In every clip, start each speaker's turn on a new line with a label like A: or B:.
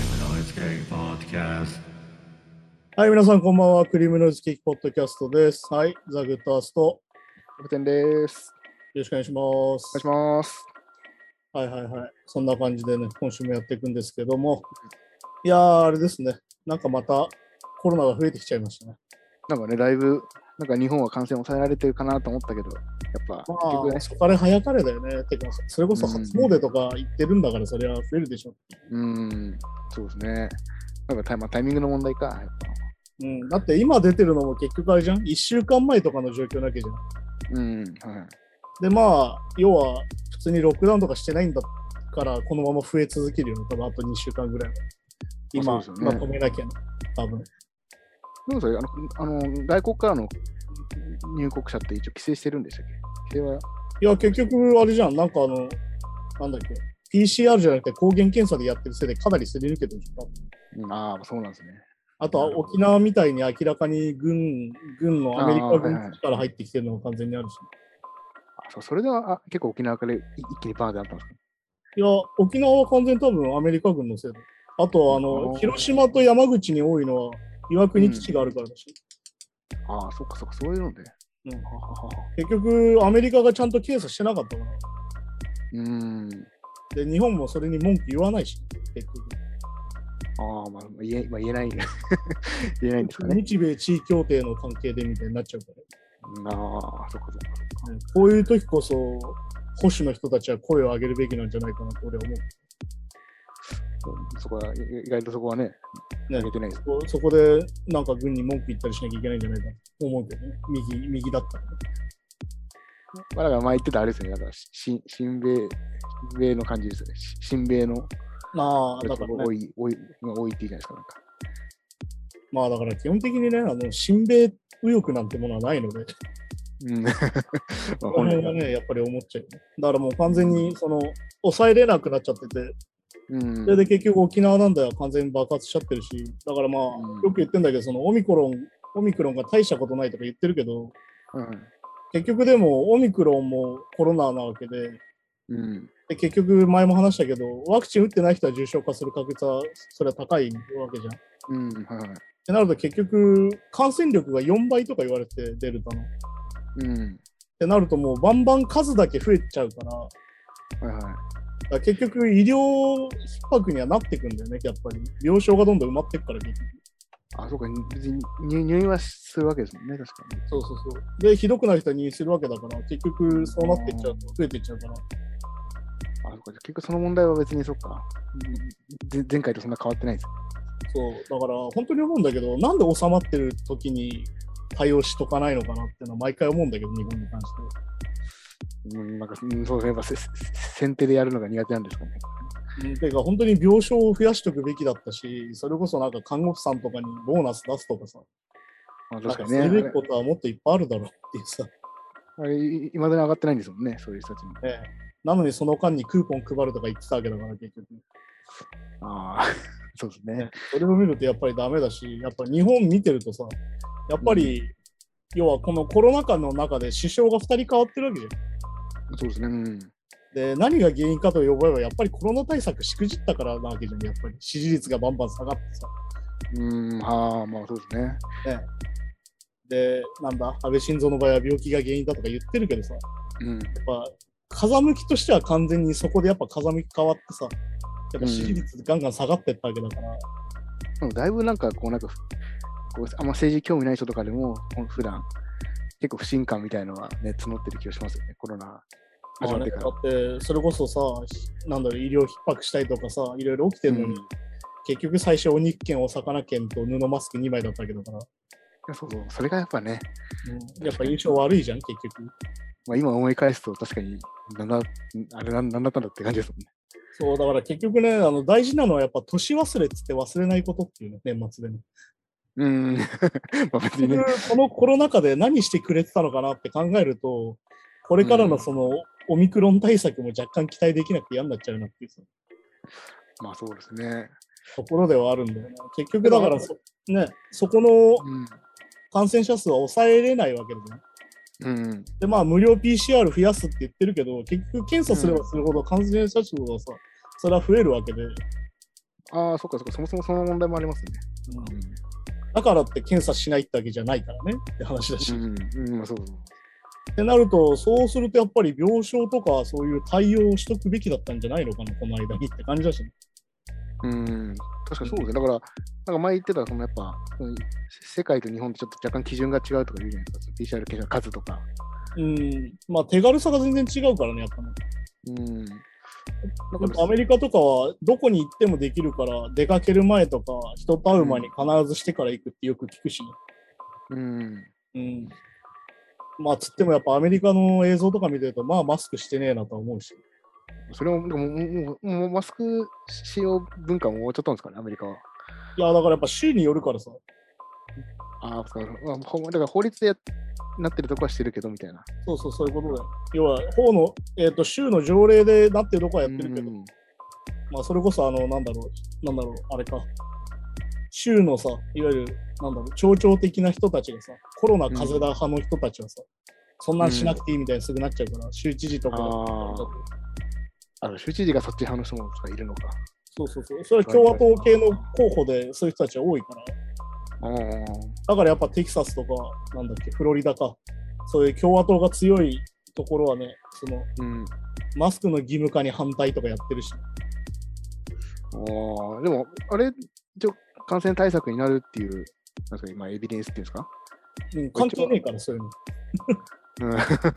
A: Cake Podcast.
B: はい、皆さんこんばんは。クリームノイズケーキポッドキャストです。はい、ザ・グッドアースト。よ
C: 楽天です。
B: ろしくお願いします。
C: お願いします。
B: はいはいはい。そんな感じでね、今週もやっていくんですけども。いやー、あれですね。なんかまたコロナが増えてきちゃいましたね。
C: なんかね、だいぶ、なんか日本は感染抑えられてるかなと思ったけど、やっぱ、
B: ま
C: 結局
B: あ、
C: ね、
B: そかれ早かれだよね。てか、それこそ初詣とか行ってるんだから、それは増えるでしょ。
C: うん、そうですね。なんかタイ,、まあ、タイミングの問題か、やっ
B: うん。だって今出てるのも結局あれじゃん ?1 週間前とかの状況なわけじゃん。
C: ぱ。うん、はい。
B: で、まあ、要は普通にロックダウンとかしてないんだから、このまま増え続けるよね。多分あと2週間ぐらいは。今、
C: まあそうですよ
B: ま
C: ね
B: とめなきゃね。多分。
C: でもそれあのあの、外国からの入国者って一応規制してるんでしたっけ規制は、
B: いや、結局、あれじゃん。なんかあの、なんだっけ。PCR じゃなくて抗原検査でやってるせいでかなりすり抜けてるじゃん。
C: うん、ああ、そうなんですね。
B: あとは
C: なるほど
B: 沖縄みたいに明らかに軍、軍のアメリカ
C: あー
B: 軍
C: はいはい
B: から入ってきてるのも完全にあるし。
C: あそうそれではあ結構沖縄からい一気にバーンってあったんですか
B: いや、沖縄は完全に多分アメリカ軍のせいだ。あとはあの、
C: あー
B: 広島と山口に多いのは岩国基地があるからだし。
C: ああ、そっかそっか、そういうので。
B: うん
C: はははは
B: 結局、アメリカがちゃんと検査してなかったから。
C: うん。
B: で、日本もそれに文句言わないし、結局。
C: ああ、まあ言え、まあ、言えない。 言えないんですかね。
B: 日米地位協定の関係でみたいになっちゃうから。
C: うんああ、そっかそっか。
B: ねこういう時こそ、保守の人たちは声を上げるべきなんじゃないかなと俺は思う。
C: そこは、い意外とそこはね、
B: ね
C: 投げてないです。
B: こうそこで、なんか軍に文句言ったりしなきゃいけないんじゃないかと思うけどね。右、右だったらね。
C: まあ、だから前言ってたあれですね、だからし、し新米、新米の感じですね。し新米の、
B: まあ、
C: や
B: だ
C: つ
B: か
C: が
B: ら、
C: 多
B: ね、
C: い、多い、まあ多いっていいじゃないですか、なんか。
B: まあだから基本的にね、あの、親米右翼なんてものはないの で、
C: うん。 まあ、
B: こ
C: 本
B: の
C: 来
B: 辺
C: は
B: はね、やっぱり思っちゃうよね。だからもう完全に、その、抑えれなくなっちゃってて、
C: うん
B: それで結局沖縄なんだよ、完全に爆発しちゃってるし、だからまあ、
C: うん
B: よく言ってんだけど、そのオミクロン、オミクロンが大したことないとか言ってるけど、結局でもオミクロンもコロナなわけで、
C: うん。うん。
B: で結局前も話したけど、ワクチン打ってない人は重症化する確率はそれは高いわけじゃん。っ
C: うん。はい。
B: てなると結局、感染力が4倍とか言われて、デルタの。っ
C: うん。
B: てなるともうバンバン数だけ増えちゃうから、だか
C: はいはい。
B: ら結局医療逼迫にはなってくんだよね、やっぱり。病床がどんどん埋まってくから、結局。
C: あ、そうか、別に入入院はするわけですもんね、確かに。
B: そうそうそう。で、ひどくなる人に入院するわけだから、結局そうなってっちゃうと、増えてっちゃうから。
C: あ、そうか、結局その問題は別にそっか。うんぜ前回とそんな変わってないです。
B: そう。だから、本当に思うんだけど、なんで収まってる時に対応しとかないのかなっていうのは毎回思うんだけど、日本に関しては。
C: うん、なんか、うんそうですね、やっぱせせ先手でやるのが苦手なんですかね。
B: うんてか、本当に病床を増やしておくべきだったし、それこそなんか看護婦さんとかにボーナス出すとかさ、
C: ま
B: な
C: あ、
B: ん
C: 確
B: か
C: かに
B: す
C: ね。
B: るべきことはもっといっぱいあるだろうっていうさ。
C: あれ、いまだに上がってないんですもんね、そういう人たちに。
B: ねなのにその間にクーポン配るとか言ってたわけだから、結局。
C: ああ、 そうですね。
B: それを見るとやっぱりダメだし、やっぱ日本見てるとさ、やっぱり、要はこのコロナ禍の中で首相が2人変わってるわけじゃん。
C: そうですね。うん。
B: で、何が原因かと呼ばれば、やっぱりコロナ対策しくじったからなわけじゃん、やっぱり。支持率がバンバン下がってさ。
C: うん、はあ、まあそうですね。
B: で、なんだ、安倍晋三の場合は病気が原因だとか言ってるけどさ、や
C: うん。
B: っぱ風向きとしては完全にそこでやっぱ風向き変わってさ、やっぱ支持率ガンガン下がってったわけだから、
C: でもだいぶなんか、こう、なんか、こうあんま政治興味ない人とかでも、ほん普段結構不信感みたいのはね、募ってる気がしますよね、コロナ
B: ま
C: 始
B: あ
C: まっ
B: ね
C: て
B: だ
C: から。
B: って、それこそさ、なんだろう、医療逼迫したりとかさ、いろいろ起きてるのに、
C: うん
B: 結局最初、お肉券、お魚券と布マスク2枚だったわけだから、
C: いやそうそう、それがやっぱね、
B: やっぱ印象悪いじゃん、結局。
C: まあ今思い返すと確かに、なんだ、あれなんなんだったんだって感じですもんね。
B: そう、だから結局ね、あの大事なのはやっぱ年忘れっつって忘れないことっていうね、年末でね。
C: うん。 まあ別にね。
B: 結局このコロナ禍で何してくれてたのかなって考えると、これからのその、オミクロン対策も若干期待できなくて嫌になっちゃうなっていうさ
C: まあそうですね。
B: ところではあるんだよね。結局だからそ、ね、そこの
C: うん。
B: 感染者数は抑えれないわけだよね。
C: うん。
B: で、まあ、無料 PCR 増やすって言ってるけど、結局検査すればするほど感染者数はさ、それは増えるわけで、
C: ああ、そっかそっか、そもそもその問題もありますね。
B: だからって検査しないってわけじゃないからねって話だし。
C: うん、うん、まあそうそう。
B: ってなると、そうするとやっぱり病床とかそういう対応をしとくべきだったんじゃないのかな、この間にって感じだし、ね。
C: うん、確かにそうですね。だから、なんか前言ってた、そのやっぱ、その世界と日本ってちょっと若干基準が違うとか言うじゃないですかその、PCR 検査の数とか。
B: うん、まあ手軽さが全然違うからね、やっぱね。
C: う
B: や
C: ん。
B: っぱアメリカとかはどこに行ってもできるから、出かける前とか、人と会う前に必ずしてから行くってよく聞くしね。
C: うん。
B: うん。まあ、つってもやっぱアメリカの映像とか見てると、まあマスクしてねえなとは思うし。
C: それも、でももう、もうもうマスク使用文化も終わっちゃったんですかね、アメリカは。
B: いや、だからやっぱ州によるからさ。
C: ああ、そうかまあほんだから法律でやなってるとこはしてるけど、みたいな。
B: そうそう、そういうことだよ。要は、法の、えっ、と、州の条例でなってるとこはやってるけど、
C: うん
B: まあ、それこそ、あの、なんだろう、なんだろう、あれか。州のさ、いわゆる、なんだろう、町長的な人たちがさ、コロナ風邪だ派の人たちはさ、そんなんしなくていいみたいにすぐなっちゃうから、州知事とかが
C: あーあの、州知事がそっち派の人もとかいるのか。
B: そうそうそう、それは共和党系の候補でそういう人たちは多いから、
C: ああ。
B: だからやっぱテキサスとか、なんだっけ、フロリダか、そういう共和党が強いところはね、その
C: うん。
B: マスクの義務化に反対とかやってるし、
C: ああ、でも、あれ、一応感染対策になるっていう、なんか今、エビデンスっていうんですか、
B: うん、関係ねえから、そういうの。
C: うん、
B: あの思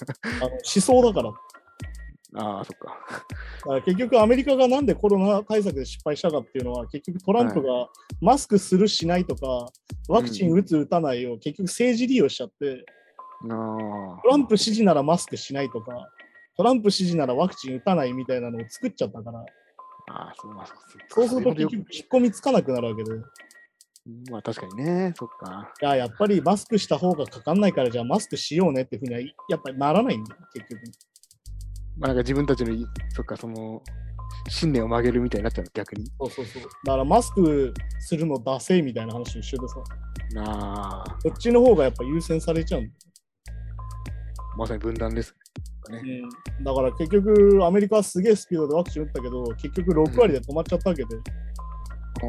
B: 想だから。だ
C: ああ、そっか。
B: から結局、アメリカがなんでコロナ対策で失敗したかっていうのは、結局トランプがマスクするしないとか、ワクチン打つ打たないを結局政治利用しちゃって、
C: あ
B: トランプ支持ならマスクしないとか、トランプ支持ならワクチン打たないみたいなのを作っちゃったから、
C: あ、ああそうまあ、そう
B: そうすると結
C: れほどよ
B: 局引っ込みつかなくなるわけで、い
C: くまあ、確かにね、そっか。
B: や、やっぱりマスクした方がかかんないから、じゃあマスクしようねってふうには、やっぱりならないんだよ、結局。
C: まあ、なんか自分たちのい、そっか、その、信念を曲げるみたいになっちゃうの、逆に。
B: そうそうそう。だからマスクするのダセえみたいな話と一緒でさ、
C: ああ、
B: こっちの方がやっぱ優先されちゃうんだよ
C: まさに分断です。
B: うん、だから結局、アメリカはすげえスピードでワクチン打ったけど、結局6割で止まっちゃったわけで、
C: あ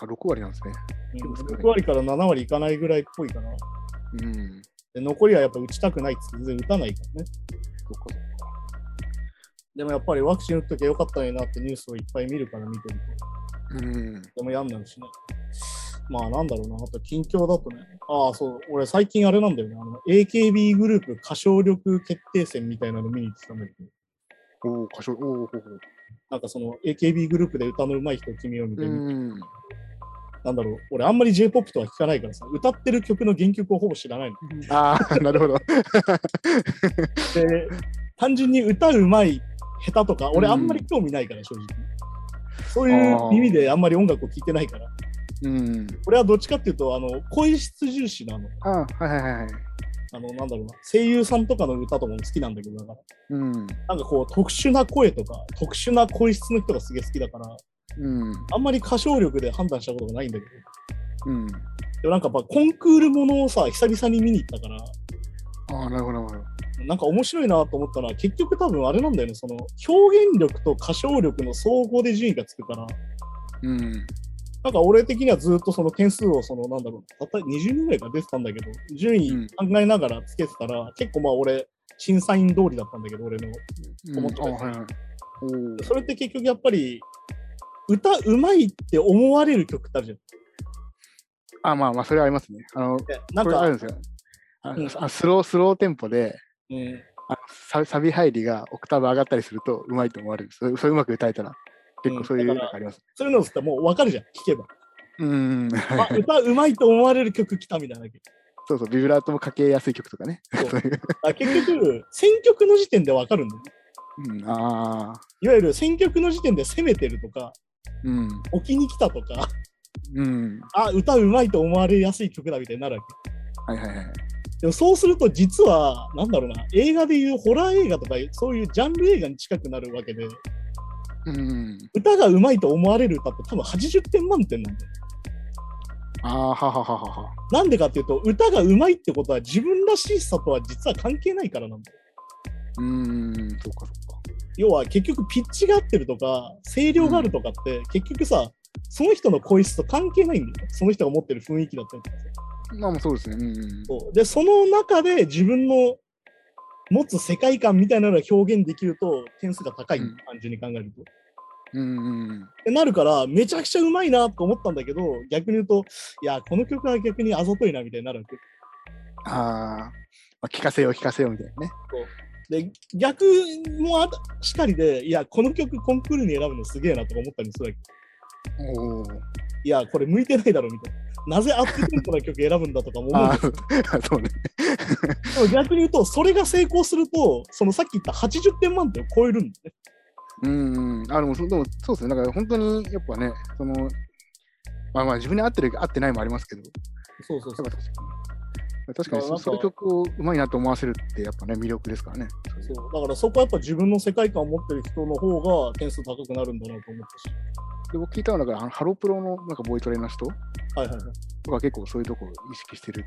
C: あ、6割なんです
B: う
C: ね。
B: ん
C: 結構少ない
B: 6割から7割いかないぐらいっぽいかな。
C: うん。
B: で残りはやっぱ打ちたくないって全然打たないからね。
C: そっか、そっか。
B: でもやっぱりワクチン打っときゃよかったのになってニュースをいっぱい見るから見てる
C: うん。
B: と、でもやんないしね。まあなんだろうな、あと近況だとね、ああそう、俺最近あれなんだよね、あの AKB グループ歌唱力決定戦みたいなの見に行ってたんだけど、
C: おお、歌唱、おお、ほうほう。
B: なんかその AKB グループで歌の上手い人を決めようみたいな、
C: うん。
B: なんだろう、俺あんまり J-POP とは聞かないからさ、歌ってる曲の原曲をほぼ知らないの。
C: ああ、 なるほど。
B: で、単純に歌うまい、下手とか、俺
C: うん
B: あんまり興味ないから、正直。そういう耳であんまり音楽を聴いてないから、
C: うん。
B: 俺はどっちかっていうと、あの、声質重視なの。
C: ああ、はいはいはいはい。
B: あの、なんだろうな、声優さんとかの歌とかも好きなんだけど、だから、
C: うん。
B: なんかこう、特殊な声とか、特殊な声質の人がすげえ好きだから、
C: うん。
B: あんまり歌唱力で判断したことがないんだけど、
C: うん。
B: でもなんかやっぱコンクールものをさ、久々に見に行ったから、
C: ああ、なるほど、なるほど。
B: なんか面白いなと思ったのは、結局多分あれなんだよね、その表現力と歌唱力の総合で順位がつくから、
C: うん。
B: なんか俺的にはずっとその点数を、そのなんだろう、たった20人ぐらいから出てたんだけど、順
C: うん
B: 位考えながらつけてたら、結構まあ俺、審査員通りだったんだけど、俺の。思ってた
C: ああはいはい。おお。
B: それって結局やっぱり、歌うまいって思われる曲ってあるじ
C: あ、まあまあ、それはありますね。あの、
B: ゃん。なん
C: これある
B: か、
C: んですよ。あ
B: うん
C: あスロー、スローテンポで、
B: うん、
C: あササビ入りがオクターブ上がったりすると、うまいと思われる。それ、それうまく歌えたら、結構そういう
B: う
C: なん
B: だから
C: んかあります。
B: そういうのってもう分かるじゃん、聞けば。
C: うん。
B: あ、歌うまいと思われる曲来たみたいなだけ。
C: そうそう、ビブラートもかけやすい曲とかね。
B: そう
C: そういう。
B: あ結局、選曲の時点で分かるんだよね。
C: うん、ああ。
B: いわゆる選曲の時点で攻めてるとか、
C: うん。
B: 置きに来たとか、
C: うん。
B: あ、歌うまいと思われやすい曲だみたいになるわけ。
C: はいはいはい。
B: でもそうすると実は、なんだろうな、映画でいうホラー映画とか、そういうジャンル映画に近くなるわけで、
C: うん。
B: 歌がうまいと思われる歌って多分80点満点なんだよ。
C: ああ、ははははは。
B: なんでかっていうと、歌がうまいってことは自分らしさとは実は関係ないからなんだよ。
C: うん、そうかそうか。
B: 要は結局ピッチが合ってるとか、声量があるとかって、結局さ、その人の声質と関係ないんだよね。その人が持ってる雰囲気だったりとかさ
C: まあまあそうですね。うんうん。
B: そうで、その中で自分の持つ世界観みたいなのが表現できると点数が高い、
C: うん
B: 単純に考えると。
C: うんうんうん。
B: ってなるから、めちゃくちゃうまいなと思ったんだけど、逆に言うと、いや、この曲は逆にあざといなみたいになるわけ。
C: あー、まあ、聞かせよう聞かせようみたいなね。
B: で、逆もあたしかりで、いや、この曲コンクールに選ぶのすげえなとか思ったりもするわけ。
C: おお。
B: いや、これ向いてないだろみたいな。なぜアップテンポな曲選ぶんだとかも思うんだ
C: あ
B: け ど
C: ー そうね。
B: でも逆に言うと、それが成功すると、そのさっき言った80点満点を超えるんだよね。
C: うんうん。あでもそうでもそうですね。だから本当にやっぱね、そのまあまあ自分に合ってる合ってないもありますけど、
B: そうそう
C: やっぱ確かに確かに
B: ま
C: そ
B: あ
C: そういう
B: なん
C: 曲をうまいなと思わせるってやっぱね魅力ですからね。
B: そうだからそこはやっぱ自分の世界観を持ってる人の方が点数高くなるんだなと思ったし。
C: で僕聞いたのはだからあのハロプロのなんかボイトレの人
B: はいはいはい。
C: とか結構そういうとこ意識してる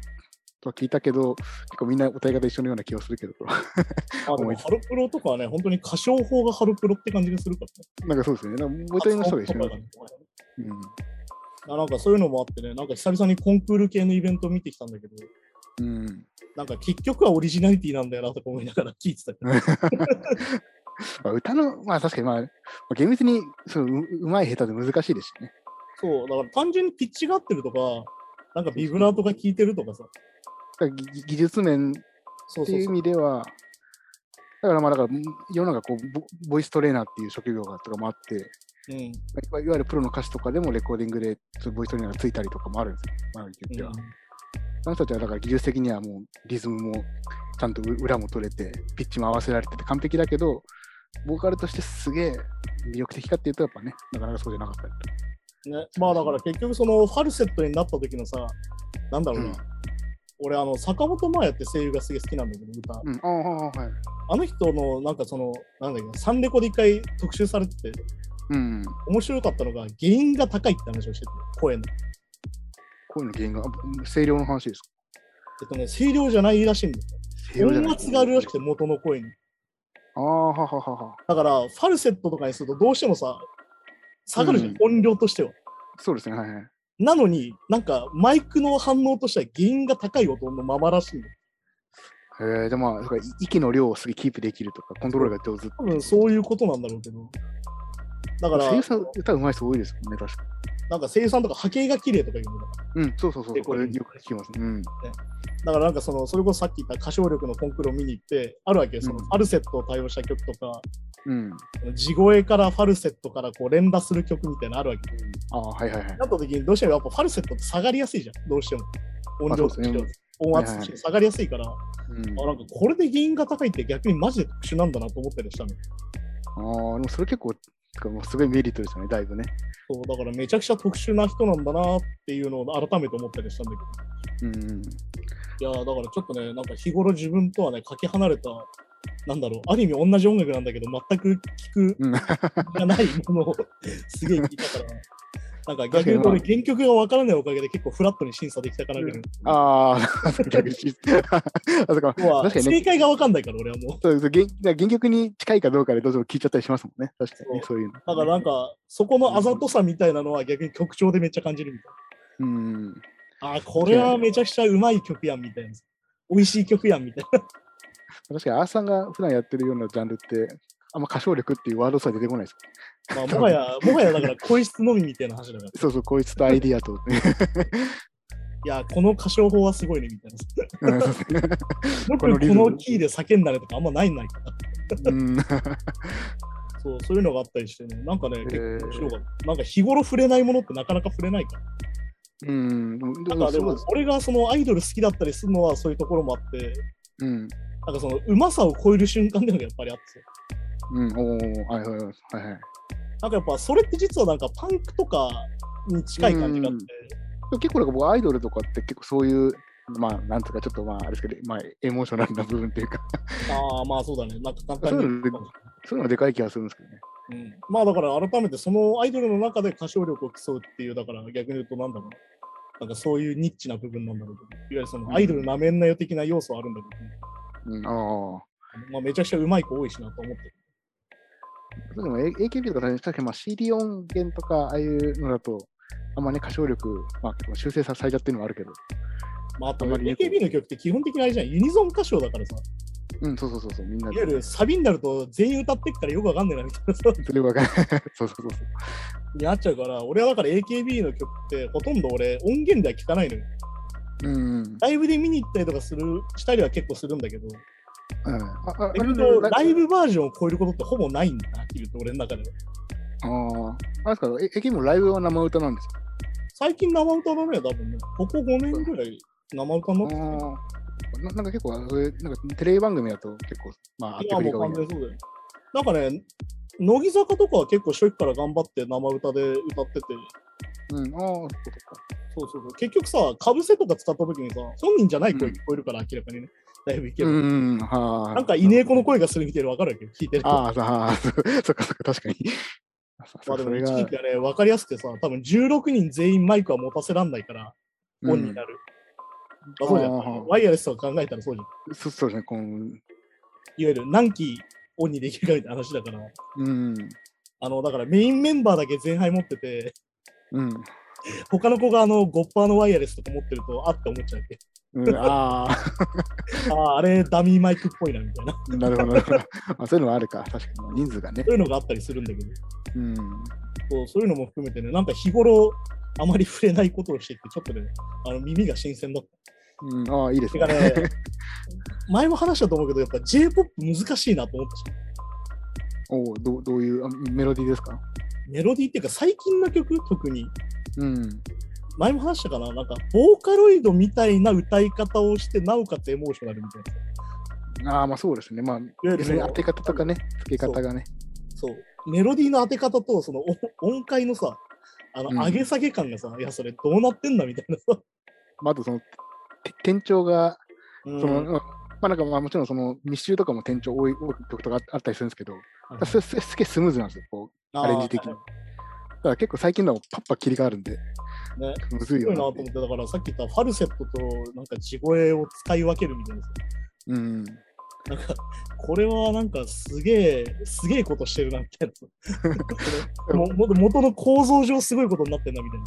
C: とは聞いたけど、結構みんな歌い方一緒のような気がするけど、
B: あでもハロプロとかはね、本当に歌唱法がハロプロって感じがするからね。
C: なんかそうですね。なんかボイトレの人が一緒の
B: 発音とかがね
C: うん
B: あなんかそういうのもあってね、なんか久々にコンクール系のイベント見てきたんだけど、
C: うん。
B: なんか結局はオリジナリティなんだよなとか思いながら聞いてたけど。
C: まあ、歌の、まあ確かに、まあ、まあ厳密にそのううまい下手で難しいですしね。
B: そう、だから単純にピッチが合ってるとか、なんかビブラートが効いてるとかさ。
C: だからぎ技術面っ
B: そう
C: て
B: そう
C: いう意
B: そう。
C: 味では、だからまあ、だから世の中こうボ、ボイストレーナーっていう職業がとかもあって、
B: うん
C: いわいわゆるプロの歌手とかでもレコーディングでそうボイストレーナーがついたりとかもあるんですよ、周りに言っては。あの人たちはだから技術的にはもうリズムもちゃんとう裏も取れて、ピッチも合わせられてて完璧だけど、ボーカルとしてすげえ魅力的かっていうと、やっぱね、なかなかそうじゃなかったりと
B: ね、まあだから結局そのファルセットになった時のさ、なんだろうな、
C: うん
B: 俺あの坂本真綾って声優がすげえ好きなんだけど、歌。
C: うん、ああ、はい。
B: あの人のなんかその、なんだっけな、サンレコで一回特集されてて、
C: うん。
B: 面白かったのが原因が高いって話をしてて、声の。
C: こういうの原因が、あ声量の話ですか
B: えっとね、声量じゃないらしいんだよ。
C: 声量じゃない
B: 音圧があるらしくて、元の声に。
C: ああ、はははは。
B: だから、ファルセットとかにするとどうしてもさ、下がるじゃん、
C: うん
B: 音量としては。
C: そうですね、はいはい。
B: なのに、なんかマイクの反応としては原因が高い音のままらしいんだよ。
C: えー、でもまあ、だからい息の量をすげえキープできるとか、コントロールが上手。
B: 多分そういうことなんだろうけど。だから、
C: 声優さん、歌うまい人多いですもんね、確かに。
B: なんか声優さんとか波形が綺麗とか言うのだか
C: うん、そうそうそう、
B: でこ
C: こ
B: う
C: れ
B: いう
C: よく聞きます。うん。
B: ら。だからなんかその、それこそさっき言った歌唱力のコンクールを見に行って、あるわけよ。その
C: うん
B: ファルセットを対応した曲とか、
C: うん。
B: 地声からファルセットからこう連打する曲みたいなのあるわけ。
C: ああ、はいはいはい。
B: なった時にどうしてもやっぱファルセットって下がりやすいじゃん。どうしても。音量として
C: まあそ
B: は
C: うで
B: 音圧として下がりやすいから、あ
C: うん、
B: なんかこれで原因が高いって逆にマジで特殊なんだなと思ったりしたの。
C: ああ、でもそれ結構、てかもうすごいメリットですよね、だいぶね。
B: そうだからめちゃくちゃ特殊な人なんだなっていうのを改めて思ったりしたんだけど。
C: うん。
B: いやーだからちょっとね、なんか日頃自分とはね、かけ離れた、なんだろう、ある意味同じ音楽なんだけど、全く聞く
C: うん、
B: 気がないものを すげえ聞いたから、なんか逆に言うと俺、原曲がわからないおかげで結構フラットに審査できたからね、
C: ああ、逆に。あ、そうか。
B: 要は
C: 確かにね
B: 正解がわかんないから俺はもう。
C: そうそう原原曲に近いかどうかでどうしても聞いちゃったりしますもんね。確かにね、
B: そ
C: そういうの。だ
B: だからなんか、そこのあざとさみたいなのは逆に曲調でめっちゃ感じるみたい
C: うん。
B: な。あー、これはめちゃくちゃうまい曲やんみたいな。美味しい曲やんみたいな。
C: 確かに、アーさんが普段やってるようなジャンルって、あんま歌唱力っていうワードさえ出てこないです。
B: まあ、もは や、もはやだから、声質のみみたいな話だから。
C: そうそう、こいつとアイディアと。
B: いやー、この歌唱法はすごいねみたいな。
C: うんそうです
B: よ
C: ね
B: くこ
C: このリズム
B: のキーで叫んだねとかあんまないんないから。
C: うん。
B: そう、そういうのがあったりしてね、なんかね、結
C: へー
B: 構面白かった。なんか日頃触れないものってなかなか触れないから。
C: うん。でもで
B: なん
C: も
B: かで
C: そう
B: も
C: です、
B: 俺がそのアイドル好きだったりするのはそういうところもあって、
C: うん。
B: なんかそのうまさを超える瞬間っていうのがやっぱりあって。
C: うん。おーはいはいはいはいはい。
B: なんかやっぱそれって実はなんかパンクとかに近い感じがあって、
C: 結構なんか僕アイドルとかって結構そういう、まあなんとかちょっとまああれですけど、まあエモーショナルな部分っていうか、
B: ああまあそうだね、なんか簡単に
C: そういうのでそういうのでかい気がするんですけどね。
B: うんまあだから改めてそのアイドルの中で歌唱力を競うっていう、だから逆に言うとなんだろうな。なんかそういうニッチな部分なんだろうけど、いわゆるそのアイドルなめんなよ的な要素はあるんだけど、
C: うん、ああ。
B: まあ、めちゃくちゃうまい子多いしなと思ってる。
C: でも A- AKB とか確かにまあ CD 音源とか、ああいうのだと、あんまね、歌唱力、まあ、結構修正さされちゃってるのもあるけど、
B: まあ、あと
C: あんまりね
B: AKB の曲って基本的にあれじゃん、ユニゾン歌唱だからさ、
C: うん、そうそうそうそう、みんな
B: わ
C: い
B: ゆるサビになると全員歌ってっからよくわかんないなみたいなさ、
C: それわかんない そうそうそうそう。
B: になっちゃうから、俺はだから AKB の曲ってほとんど俺音源では聞かないのよ。
C: うんうん。
B: ライブで見に行ったりとかする、したりは結構するんだけど、
C: うんああ
B: だ
C: あ
B: けどライブバージョンを超えることってほぼないんだな、っていうと俺の中では。
C: あーあれですか、え駅もライブは生歌なんですか
B: 最近生歌だね、多分ね。ここ5年ぐらい生歌になっ
C: あ
B: てきてる
C: ーななんか結構あ、それなんかテレビ番組だと結構、まあ、あっ
B: い
C: て
B: や
C: くり
B: も
C: が
B: う
C: 多い
B: 完
C: な
B: 全。そうだよ。なんかね、乃木坂とかは結構初期から頑張って生歌で歌ってて、
C: うん、ああ、そうか
B: そうそうそう結局さ、かぶせとか使った時にさ、本人じゃない声聞こえるから明らかにね、だいぶいけ
C: そうか。う
B: る。
C: んうん、はあ。
B: なんか稲子の声がするみたいなの分かるわけど、聞いてると。
C: ああ、そうああ、そう そっかそっか、確かに。あそ
B: まあで
C: そ
B: も
C: れ
B: 一
C: が、
B: 時期はね、分かりやすくてさ、多分16人全員マイクは持たせらんないから、
C: うん
B: オンになる。あそうじゃ
C: あー
B: ん。ワイヤレスとか考えたらそうじゃん。
C: そうそうですね、こう、
B: いわゆる何期オンにできるかみたいな話だから、
C: うん、
B: あの、だからメインメンバーだけ全敗持ってて、
C: うん、
B: 他の子があの、ゴッパーのワイヤレスとか持ってると、あって思っちゃうけ
C: うん、ああ、
B: ど、ああ、あれダミーマイクっぽいなみたいな、そ
C: なるほど、なるほど。まあ、そういうのはあるか、確かに、人数がね
B: う。いうのがあったりするんだけど、
C: うん、
B: そうそういうのも含めてね、なんか日頃、あまり触れないことをしてって、ちょっとね、あの耳が新鮮だった。
C: うん、ああ、いいです
B: て
C: ね
B: か。ね、前も話したと思うけど、やっぱ J-POP 難しいなと思ってしまう
C: おお、どうどういうあメロディーですか
B: メロディーっていうか、最近の曲、特に、
C: うん。
B: 前も話したかな、なんか、ボーカロイドみたいな歌い方をして、なおかつエモーショナルみたいな。
C: ああ、まあそうですね。ま
B: ゆ
C: あ、
B: るそ
C: 別
B: の
C: に当て方とかね、付け方がね。
B: そう、メロディーの当て方と、その音音階のさ、あの、
C: うん
B: 上げ下げ感がさ、いや、それどうなってんだみたいなさ。
C: まあ、あとその、て転調が、
B: うん
C: その、まあなんかまあもちろんその密集とかも転調多い多い曲とかああったりするんですけど、
B: い
C: すすすげえスムーズなんですよ、こう。
B: あー
C: アレンジ的に
B: はい
C: だから結構最近のはパッパ切り替わるんで、
B: ね、
C: むずい
B: すごいなと
C: よ
B: 思
C: な
B: って、だからさっき言ったファルセットとなんか地声を使い分けるみたいなさ。
C: う
B: なん
C: ん。
B: か、これはなんかすげえ、すげえことしてるなみたい な。もも元の構造上すごいことになってんなみたい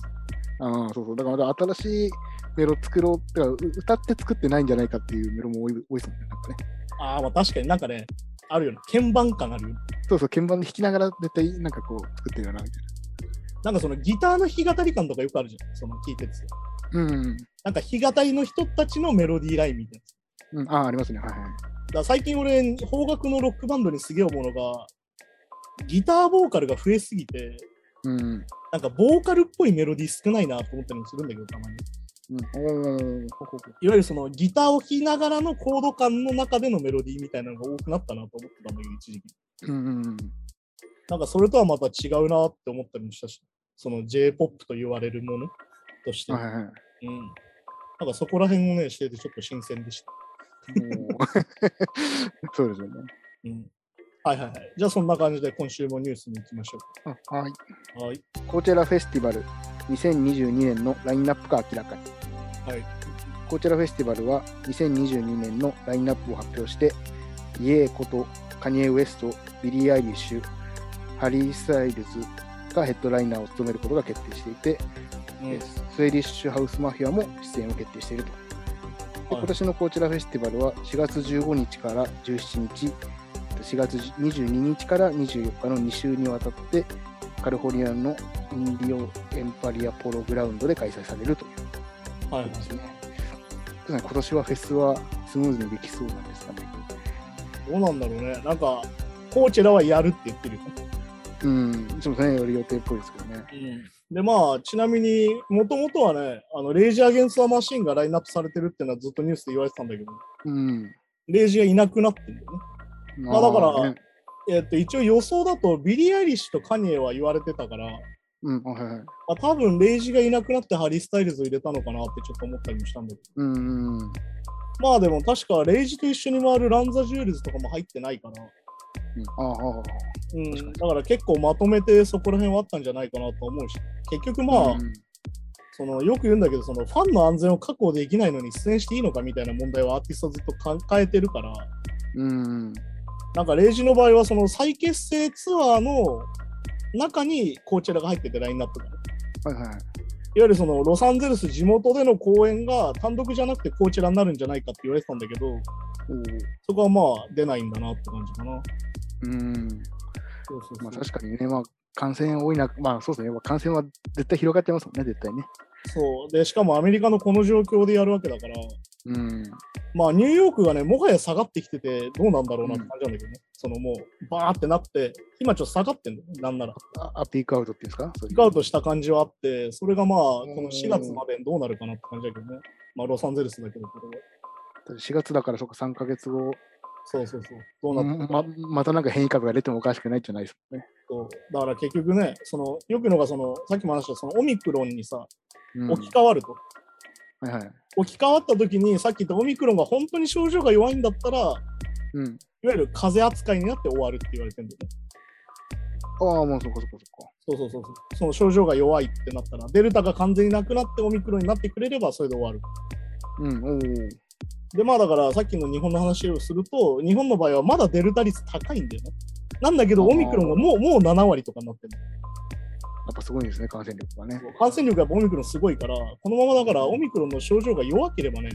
B: な。
C: ああ、そうそう。だからまだ新しいメロ作ろう、だからう歌って作ってないんじゃないかっていうメロも多い多いですもんね。なんかね
B: ああ、まあ確かになんかね、あるよね。鍵盤感あるよね。
C: そうそう、鍵盤で弾きながら絶対なんかこう作ってるよな、みたい
B: なんかそのギターの弾き語り感とかよくあるじゃん。その聞いててさ。
C: な。うん。
B: なんか弾き語りの人たちのメロディーラインみたいな。
C: うん、ああ、ありますね。はいはい。
B: だから最近俺、邦楽のロックバンドにすげえ思うのが、ギターボーカルが増えすぎて、
C: うん。
B: なんかボーカルっぽいメロディー少ないなと思ったりもするんだけど、たまに。
C: うん、おーほうほうほう
B: いわゆるそのギターを弾きながらのコード感の中でのメロディーみたいなのが多くなったなと思ってたんだけど、一時期。
C: うんうんうん。
B: なんかそれとはまた違うなって思ったりもしたし、その J-POP と言われるものとして。
C: はいはい。
B: うん。なんかそこら辺をね、しててちょっと新鮮でした。
C: もうそうですよね。
B: うん。はいはいはい。じゃあそんな感じで今週もニュースに行きましょ
C: あはい。
B: う。はい。
C: コーチェラフェスティバル2022年のラインナップが明らかに。
B: はい。
C: コーチェラフェスティバルは2022年のラインナップを発表して、イエーことカニエ・ウエスト、ビリー・アイリッシュ、ハリー・スタイルズがヘッドライナーを務めることが決定していて、
B: うん
C: スウェディッシュハウスマフィアも出演を決定していると。で
B: はい
C: 今年のコーチェラフェスティバルは4月15日から17日、4月22日から24日の2週にわたって、カリフォルニアのインディオエンパリアポログラウンドで開催されるという
B: はい
C: ことですね。そうですね今年はフェスはスムーズにできそうなんですかね。
B: どうなんだろうね。なんか、コーチェラはやるって言ってるよね。
C: うん、そうですね、より予定っぽいですけどね。
B: でまあちなみにもともとはねあのレイジ・アゲンスト・マシンがラインナップされてるっていうのはずっとニュースで言われてたんだけど
C: うん。
B: レイジがいなくなってるんだよね。
C: ま
B: あだから
C: ね
B: えっと一応予想だとビリー・アイリッシュとカニエは言われてたから、ま
C: うん、はいはい。
B: あ、多分レイジがいなくなってハリー・スタイルズを入れたのかなってちょっと思ったりもしたんだけど
C: うんうんうん。
B: まあでも確かレイジと一緒に回るランザ・ジュエルズとかも入ってないから、
C: ああ、ああ
B: うん、
C: 確かに
B: だから結構まとめてそこら辺はあったんじゃないかなと思うし結局まあ、
C: うん
B: そのよく言うんだけどそのファンの安全を確保できないのに出演していいのかみたいな問題はアーティストはずっと考えてるから
C: うん。
B: なんかレイジの場合はその再結成ツアーの中にコーチェラが入っててラインナップがね
C: はいはい。
B: いわゆるそのロサンゼルス地元での公演が単独じゃなくてコーチェラになるんじゃないかって言われてたんだけど
C: おー
B: そこはまあ出ないんだなって感じかな。
C: うん。
B: そうそうそう
C: まあ確かにね、まあ感染多いな、まあそうですね、まあ感染は絶対広がってますもんね、絶対ね。
B: そうでしかもアメリカのこの状況でやるわけだから、
C: うん。
B: まあ、ニューヨークがね、もはや下がってきてて、どうなんだろうなって感じなんだけどね、そのもう、バーってなって、今ちょっと下がってんだよ、なんなら。
C: ああピークアウトっていうんですか
B: ピカウ
C: ト。
B: トした感じはあって、それがまあ、こ
C: うん
B: の4月までにどうなるかなって感じだけどね、まあ、ロサンゼルスだけど、これは。
C: 4月だからそっか3ヶ月後、
B: そうそうそう、どうな
C: う
B: って
C: んままたなんか変異株が出てもおかしくないじゃないですもんね。
B: と、だから結局ね、そのよくのがその、さっきも話したそのオミクロンにさ、
C: うん、
B: 置き換わると。
C: はいはい。
B: 置き換わった時に、さっき言ったオミクロンが本当に症状が弱いんだったら、いわ
C: うん。
B: ゆる風邪扱いになって終わるって言われてんだよね。
C: ああ、もうそこそこそこ。
B: そうそうそうそう。その症状が弱いってなったら、デルタが完全になくなってオミクロンになってくれればそれで終わる。
C: うん、おー
B: で、まあだからさっきの日本の話をすると、日本の場合はまだデルタ率高いんだよね。なんだけど、
C: あー
B: オミクロンがもうもう7割とかになってる。
C: やっぱすごいですね、感染力がね。
B: 感染力がオミクロンすごいから、このままだからオミクロンの症状が弱ければね、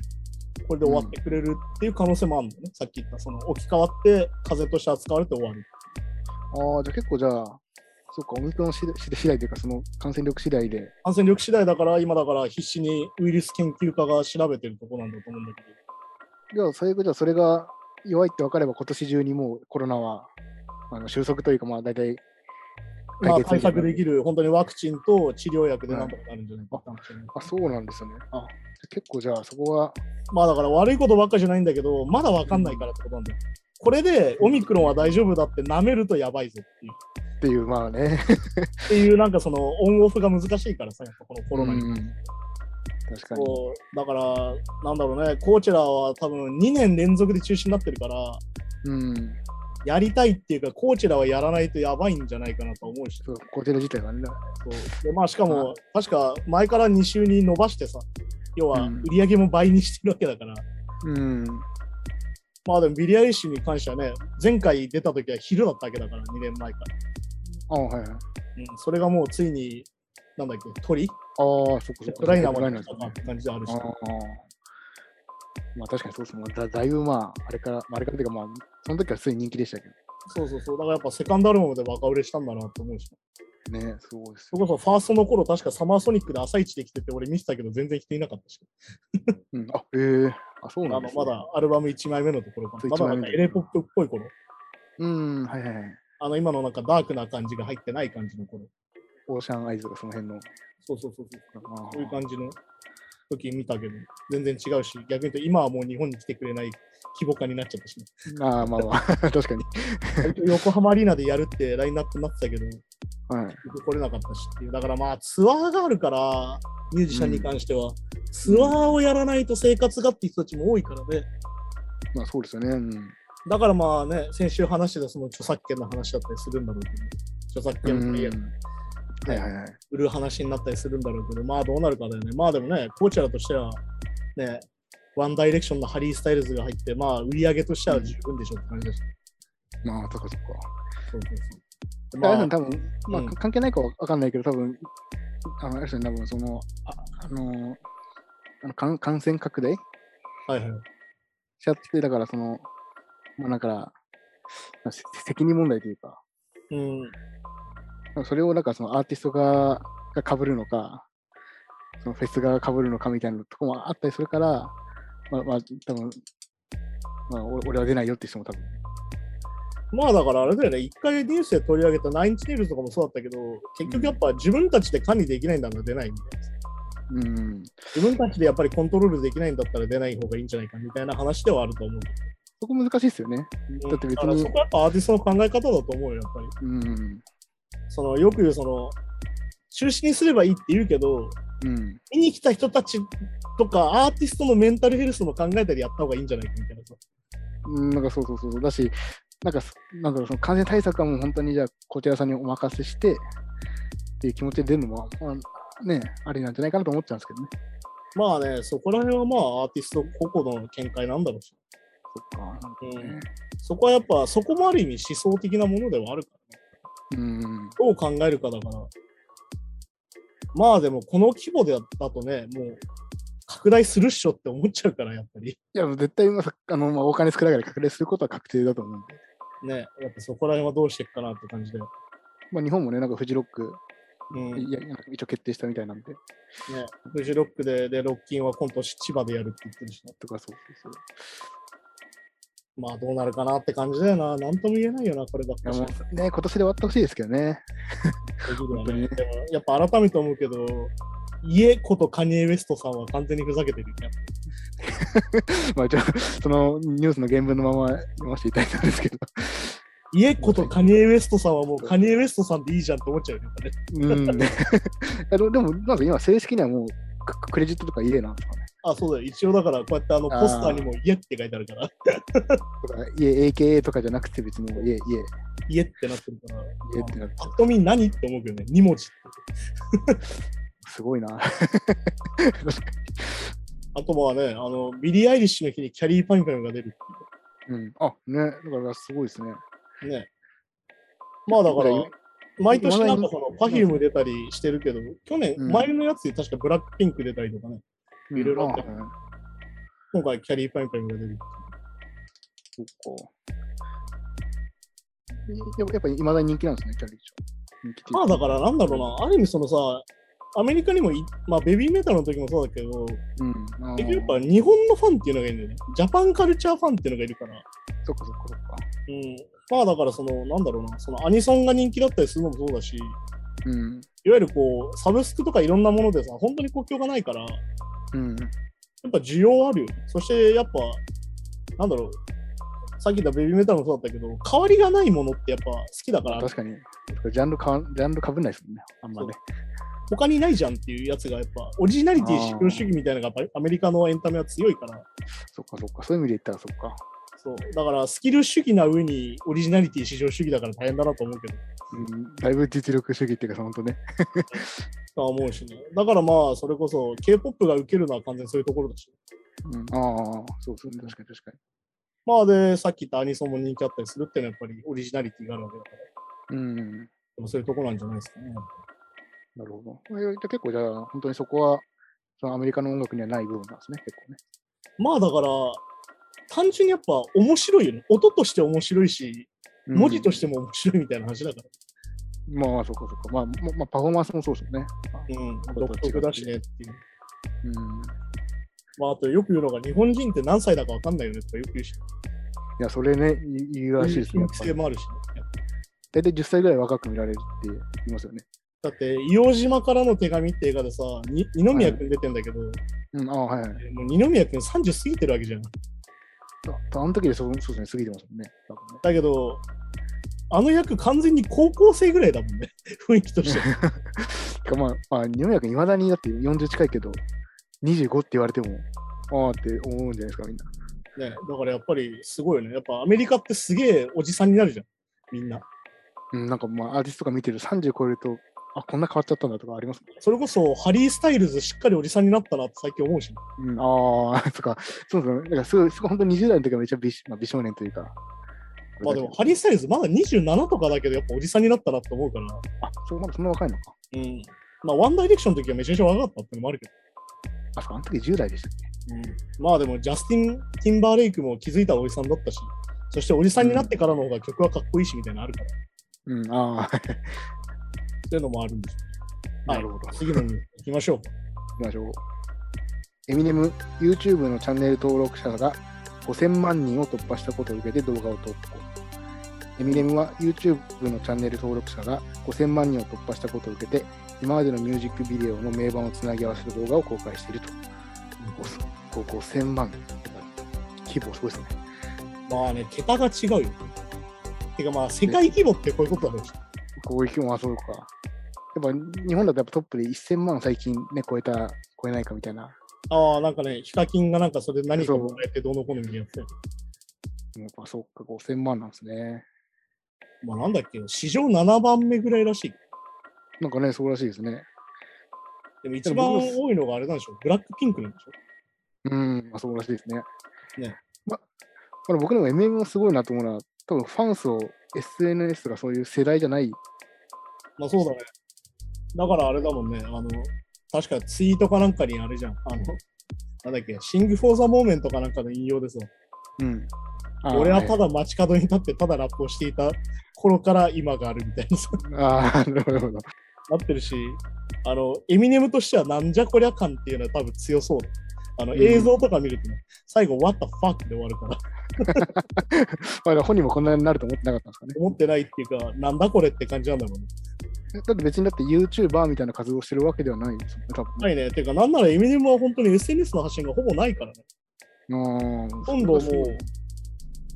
B: これで終わってくれるっていう可能性もあるんだよね。さっき言った、その置き換わって風邪として扱われて終わる。
C: ああ、じゃあ結構じゃあ、そっか、オミクロン次第次第というか、その感染力次第で、
B: 感染力次第だから、今だから必死にウイルス研究家が調べてるところなんだと思うんだけど。
C: じゃあ、最後じゃあそれが弱いって分かれば、今年中にもうコロナはあの収束というか、まあ大体
B: まあ、
C: 解
B: 対
C: 決
B: 策できる、本当にワクチンと治療薬でなんとかなるんじゃないか、
C: あ、そうなんですね。あ結構じゃあ、そこは、
B: まあだから悪いことばっかじゃないんだけど、まだわかんないからってことなんだよ。これでオミクロンは大丈夫だって舐めるとやばいぞっていう。
C: っていう、まあね。
B: っていうなんかそのオンオフが難しいからさ、やっぱこの コロナに。
C: うん確かに。
B: そうだから、なんだろうね、コーチェラは多分2年連続で中止になってるから、
C: うん。
B: やりたいっていうか、コーチェラはやらないとやばいんじゃないかなと思うし、
C: そう、コテル自体はね。
B: そうでまあ、しかも、確か前から2週に伸ばしてさ、要は
C: うん
B: 売り上げも倍にしてるわけだから、
C: うん。
B: まあでもビリー・アイリッシュに関してはね、前回出た時は昼だったわけだから、2年前から。
C: あはいはい。あ
B: う
C: あ、
B: ん、それがもうついに、なんだっけ、鳥
C: そっかそっか。
B: ライナーま
C: ライ
B: で
C: ナ
B: 来
C: ー
B: たか
C: だね
B: って感じであるし
C: あ、あ。まあ確かにそうですね。だだいぶまあ、あれから、まあ、あれからというか、まあ、その時はすでに人気でしたけ
B: そうそうそう、だからやっぱセカンドアルバムでバカ売れしたんだなと思うし、
C: ど。ね、すごいです
B: それこそファーストの頃、確かサマーソニックで朝一で来てて、俺見てたけど全然来ていなかったし、
C: うん、あ、ええあ、そう
B: あ
C: な
B: の
C: んです、
B: ま。
C: ね、
B: だアルバム1枚目のところか
C: そう
B: な、まだなん
C: 一枚目
B: か
C: の
B: エレポップっぽい頃、
C: うん、はいはいはい。
B: あの今のなんかダークな感じが入ってない感じの頃、
C: オーシャンアイズとかその辺の。
B: そうそうそうそう。
C: ああ
B: そういう感じの時見たけど、全然違うし、逆に言うと今はもう日本に来てくれない規模化になっちゃったしね、
C: ああ、まあまあ、 確かに。
B: 割と横浜アリーナでやるってラインナップになってたけど、
C: はい。
B: 結局来れなかったしっていう、だからまあツアーがあるから、ミュージシャンに関しては、ツアーをやらないと生活がっていう人たちも多いからね、
C: まあそうですよね。うん。
B: だからまあね、先週話してたその著作権の話だったりするんだろうけど、著作
C: う
B: 権を
C: ん、
B: ね
C: はいはいはい。
B: 売る話になったりするんだろうけど、まあどうなるかだよね。まあでもね、コーチャラとしては、ね、ワンダイレクションのハリー・スタイルズが入って、まあ売り上げとしては十分でしょって感じだし。
C: まあ、そっかそっか。
B: そうそうそう。
C: ま
B: ま
C: あ、
B: あ、
C: 多分、まあ、
B: うん
C: 関係ないかわかんないけど、多分、あの、あれですよね、多分、その、ああの、あの感感染拡大し
B: はいはい。
C: ちゃって、だから、その、まあ、だから、まあせ責任問題というか、
B: うん。
C: それを、なんか、その、アーティスト側が被るのか、その、フェス側が被るのかみたいなとこもあったりするから、まあ、まあ、多分、まあ、お俺は出ないよって人も多分、
B: まあだからあれだよね、一回ニュースで取り上げたナインチネイルズとかもそうだったけど、結局やっぱ自分たちで管理できないんだったら出ないみたいな。
C: うん、
B: 自分たちでやっぱりコントロールできないんだったら出ない方がいいんじゃないかみたいな話ではあると思う。
C: そこ難しいですよね。だって別に
B: だからそこはやっぱアーティストの考え方だと思うよ、やっぱり。
C: うん、
B: そのよく言うその中止にすればいいって言うけど
C: うん。
B: 見に来た人たちとかアーティストのメンタルヘルスも考えたりやった方がいいんじゃないかみたいなさ
C: うんなんかそうそうそうそうだし、なんかそ、なんだろう、その感染対策はもう本当にじゃあ、こちらさんにお任せしてっていう気持ちで出るのも、まあ、ね、ありなんじゃないかなと思っちゃうんですけどね。
B: まあねそこら辺はまあアーティスト個々の見解なんだろうし
C: そっか。なるほどね。
B: そこはやっぱ、そこもある意味思想的なものではあるからね。
C: うん。
B: どう考えるかだから。まあでも、この規模でだとね、もう、拡大するっしょって思っちゃうから、やっぱり。
C: いや、もう絶対、まあ、あの、まあ、お金少ないから拡大することは確定だと思うんで。
B: ね、やっぱそこら辺はどうしていくかなって感じで。
C: まあ、日本もね、なんかフジロック、
B: うん。
C: いや、なんか一応決定したみたいなんで。
B: ね、フジロックで、で、ロッキンは今度千葉でやるって言ってるしね。
C: とか、そうそうそう。
B: まあどうなるかなって感じだよな。なんとも言えないよな、こればっ
C: い
B: か
C: や、
B: り
C: もうね、今年で終わってほしいですけどね。
B: 本
C: 当にね
B: でもやっぱ改めて思うけど、家ことカニエ・ウェストさんは完全にふざけてるよね。
C: まあ、じゃあ、 そのニュースの原文のまま読ませていただいたんですけど。
B: 家ことカニエ・ウェストさんはもうカニエ・ウェストさんでいいじゃんって思っちゃうよね。やっぱね
C: うん。 あのでも、なんか今、正式にはもうク、クレジットとか家なんですかね。
B: あ、そうだよ。一応だから、こうやってあの
C: あー
B: ポスターにも家って書いてあるから、
C: とか、家、AKA とかじゃなくて、別にもう家、家、
B: 家ってなってるから、
C: 家ってなって、
B: ぱっと見何って思うけどね、2文字って。
C: すごいな。
B: あとはね、あの、ビリー・アイリッシュの日にキャリーパンパンが出るっていう。
C: うん。あ、ね、だからすごいですね。
B: ね。まあだから、毎年なんかその、パフィ
C: 今
B: ーム出たりしてるけど、去年、
C: うん
B: 前のやつで確かブラックピンク出たりとかね、
C: うん
B: いろいろあった
C: あうん
B: 今回キャリーパンパンが出る。
C: そっか。えやっぱやっぱり未だに人気なんですね、キャリーション。人気っていう
B: まあだから、なんだろうな、ある意味そのさ、アメリカにもい、まあベビーメタルの時もそうだけど、
C: うん。あー
B: 結局やっぱ日本のファンっていうのがいるんだよね。ジャパンカルチャーファンっていうのがいるから。
C: そっかそっかそっか。
B: うん。まあだから、その、なんだろうな、そのアニソンが人気だったりするのもそうだし、
C: うん。
B: いわゆるこう、サブスクとかいろんなものでさ、本当に国境がないから、
C: うん。
B: やっぱ需要あるよね。そしてやっぱ、なんだろう、さっき言ったベビーメタルもそうだったけど、変わりがないものってやっぱ好きだから、
C: 確かに。ジャンルかわんジャンルかぶんないですもんね、あんまね。
B: 他にないじゃんっていうやつがやっぱ、オリジナリティ至上主義みたいなのがやっぱアメリカのエンタメは強いから、
C: そっかそっか。そういう意味で言ったらそっか。
B: そう。だからスキル主義な上にオリジナリティ至上主義だから大変だなと思うけど、
C: うん、だいぶ実力主義っていうか、本当ね。
B: とは思うしね。だからまあ、それこそ K-POP が受けるのは完全にそういうところだし。
C: うん、ああ、そうそう、確かに確か
B: まあで、さっき言ったアニソンも人気あったりするっていうのはやっぱりオリジナリティがあるわけだから、
C: に。うん。
B: でもそういうところなんじゃないですかね。
C: なるほど。えー結構じゃあ、本当にそこは、そのアメリカの音楽にはない部分なんですね、結構ね。
B: まあだから、単純にやっぱ面白いよね。音として面白いし、
C: うん
B: 文字としても面白いみたいな話だから。
C: まあ、そっかそっか。まあ、もまあ、パフォーマンスもそうですよね。
B: うん、
C: とは違
B: 独
C: って
B: 特だしねっていう。
C: うん。い
B: まああとよく言うのが、日本人って何歳だか分かんないよねとかよく言うし、
C: や、それね、い言うらしいですね。
B: そう
C: や
B: う
C: っ
B: 規
C: ぱ
B: 制
C: り
B: もあるしね、
C: 大体10歳ぐらい若く見られるって言いますよね。
B: だって、硫黄島からの手紙って映画でさ、に二宮君出てんだけど、
C: うん、ああ、はいはい。
B: もう二宮君30過ぎてるわけじゃん。
C: ああの時でそうそうですね、過ぎてますもんね。多分ね
B: だけど、あの役完全に高校生ぐらいだもんね、 雰囲気 として。
C: てかまあ、まあ、二宮君、いまだにだって40近いけど、25って言われても、ああって思うんじゃないですか、みんな。
B: ね、だからやっぱりすごいよね。やっぱアメリカってすげえおじさんになるじゃん、みんな。
C: うん、なんかまあ、アーティストとか見てる30超えると、あ、こんな変わっちゃったんだとかあります
B: それこそハリー・スタイルズしっかりおじさんになったなって最近思うし、
C: うん、あ あ、とか、そうそう、なんかすごい、すごい本当に20代の時はめっちゃ美,、まあ、美少年というか。
B: まあでもハリー・スタイルズまだ27とかだけどやっぱおじさんになったなって思うから、
C: あ、そう、まだそんな若いのか。
B: うん。まあワンダイレクションの時はめちゃめちゃ若かったってのもあるけ
C: あ、そう、あの時10代でしたっ
B: ど、まあでもジャスティン・ティンバーレイクも気づいたおじさんだったし、そしておじさんになってからの方が曲はかっこいいしみたいなのあるから、
C: けうん、ああ、
B: そういうのもあるんです
C: なるほど。
B: 次のに行きましょうか。
C: 行きましょう。エミネム、YouTube のチャンネル登録者が5000万人を突破したことを受けて動画を投稿。エミネムは YouTube のチャンネル登録者が5000万人を突破したことを受けて、今までのミュージックビデオの名盤をつなぎ合わせる動画を公開していると。こう5000万。規模すごいですね。
B: まあね、桁が違うよ。てかまあ世界規模ってこういうことだろうし。
C: 攻撃もあそうか。やっぱ日本だとやっぱトップで1000万最近ね、超えた、超えないかみたいな。
B: ああ、なんかね、ヒカキンがなんかそれで何かもらえてどうのこうのみたいなやつだよ
C: やっぱそうか、5000万なんですね。
B: まあなんだっけ、史上7番目ぐらいらしい。
C: なんかね、そうらしいですね。
B: でも一番多いのがあれなんでしょブラックピンクなんでしょ
C: うん、まあ、そうらしいですね。
B: ね
C: ままあ、僕でも MM もすごいなと思うのは、多分ファンスを SNS とかそういう世代じゃない、
B: まあそうだね。だからあれだもんね、あの、確かツイートかなんかにあれじゃん。あの、なんだっけ、シング・フォー・ザ・モーメントかなんかの引用ですよ。
C: うん。
B: 俺は
C: 多
B: ただ街角に立ってただラップをしていた頃から今があるみたいな さ、
C: 分ああ、なるほど。
B: なってるし、あの、エミネムとしてはなんじゃこりゃ感っていうのは多分強そうだ。あの、
C: うん
B: 映像とか見るとね、最後、What the fuck で終わるから、
C: まあ、本人もこんなになると思ってなかったんですかね。
B: 思ってないっていうか、なんだこれって感じなんだろうね。
C: だって別にだって YouTuber みたいな活動をしてるわけではないですよね、多分。
B: ないね。てか、なんならエミネムは本当に SNS の発信がほぼないからね。
C: うん。
B: ほとんど
C: それ
B: も、
C: はすごいう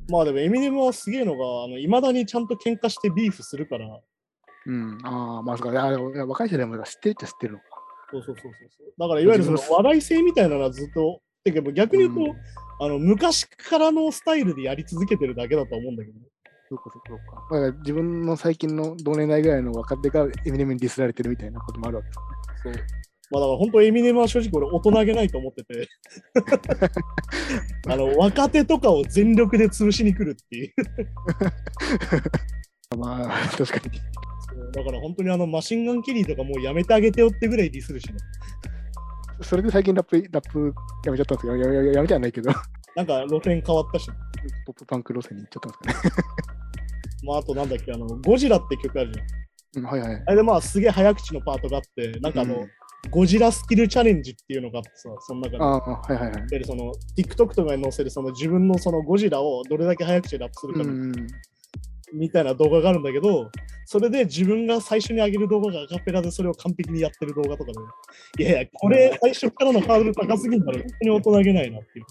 B: まあでもエミネムはすげえのが、いまだにちゃんと喧嘩してビーフするから、
C: うん。ああ、まあ、そうか。あー若い世代も知ってるっちゃ知ってるのか。
B: そうそうそうそうそう。だからいわゆるその
C: 自分の
B: 話題性みたいなのはずっと、てか逆に言うと、
C: うん
B: あの昔からのスタイルでやり続けてるだけだとは思うんだけどね、
C: そうか、そうかそうか。だから自分の最近の同年代ぐらいの若手がエミネムにディスられてるみたいなこともあるわけです。
B: そう。まあだから本当エミネムは正直俺大人げないと思って て、あの若手とかを全力で潰しに来るっていう。
C: まあ、 確かに。
B: そうだから本当にあのマシンガンキリーとかもうやめてあげてよってぐらいディスるしね。
C: それで最近ラップ、ラップやめちゃったんですけど、ややややめてはないけど、
B: なんか路線変わったし、
C: ポップパンク路線に行っちゃったんですかね。
B: まああとなんだっけ、あのゴジラって曲あるじゃん。
C: うん、はいはい。
B: あれでまあすげえ早口のパートがあって、なんかあの、
C: うん
B: ゴジラスキルチャレンジっていうのがあってさ、その中で。
C: ああ、はいはいはい。
B: でその TikTok とかに載せるその自分のそのゴジラをどれだけ早口でラップする
C: う
B: か
C: ん
B: み,、
C: うん。
B: たいな動画があるんだけど、それで自分が最初に上げる動画がアカペラでそれを完璧にやってる動画とかで、いやいや、これ最初からのハードル高すぎるから本当に大人げないなっていう。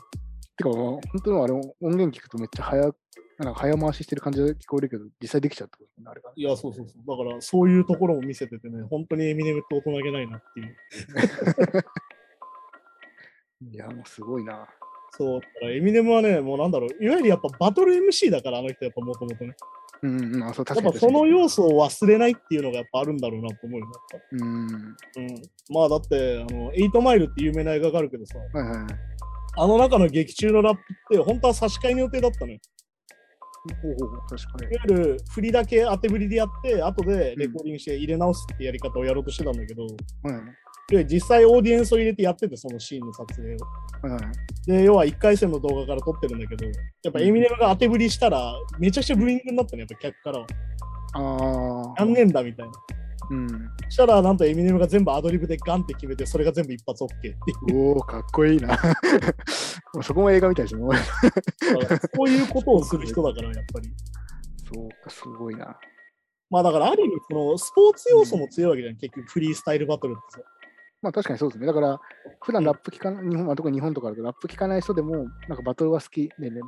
C: てか、まあ本当にあれ、音源聞くとめっちゃ早く、なんか早回ししてる感じで聞こえるけど、実際できちゃうってことね、あれが。
B: いや、そうそうそう。だからそういうところも見せててね、本当にエミネムって大人げないなっていう。
C: いや、もうすごいな。
B: そう、だからエミネムはね、もうなんだろう、いわゆるやっぱバトル MC だから、あの人やっぱもともとね。
C: うんうん、あ、そ
B: や
C: う、確
B: っ
C: か
B: ぱ
C: に。
B: その
C: う
B: 要素を忘れないっていうのがやっぱあるんだろうなと思うよ、やっぱ
C: うん。
B: うん、まあだって、あの、エイトマイルって有名な映画があるけどさ、
C: はいはいはい。
B: あの中の劇中のラップって本当は差し替えの予定だったのよ。
C: ほうほうほう、確か
B: いわゆる振りだけ当て振りでやって、後でレコーディングして入れ直すってやり方をやろうとしてたんだけど、いわ
C: に。はいはい
B: ゆる実際オーディエンスを入れてやってて、そのシーンの撮影を。
C: はいはい。
B: で、要は1回戦の動画から撮ってるんだけど、やっぱエミネムが当て振りしたら、めちゃくちゃブーイングになったね、やっぱ客からは。
C: ああ。
B: 残念だみたいな。
C: うん。
B: そしたら、なんとエミネムが全部アドリブでガンって決めて、それが全部一発 OK っていう。
C: おお、かっこいいな。 もうそこも映画みたいですね。もう
B: だからそういうことをする人だから、やっぱり。
C: そうか、すごいな。
B: まあだからある意味、そのスポーツ要素も強いわけじゃん、結局フリースタイルバトルってさ。
C: まあ確かにそうですね。だから、普段ラップ聞かない、日本は特に日本とかだとラップ聞かない人でも、なんかバトルは好きでね、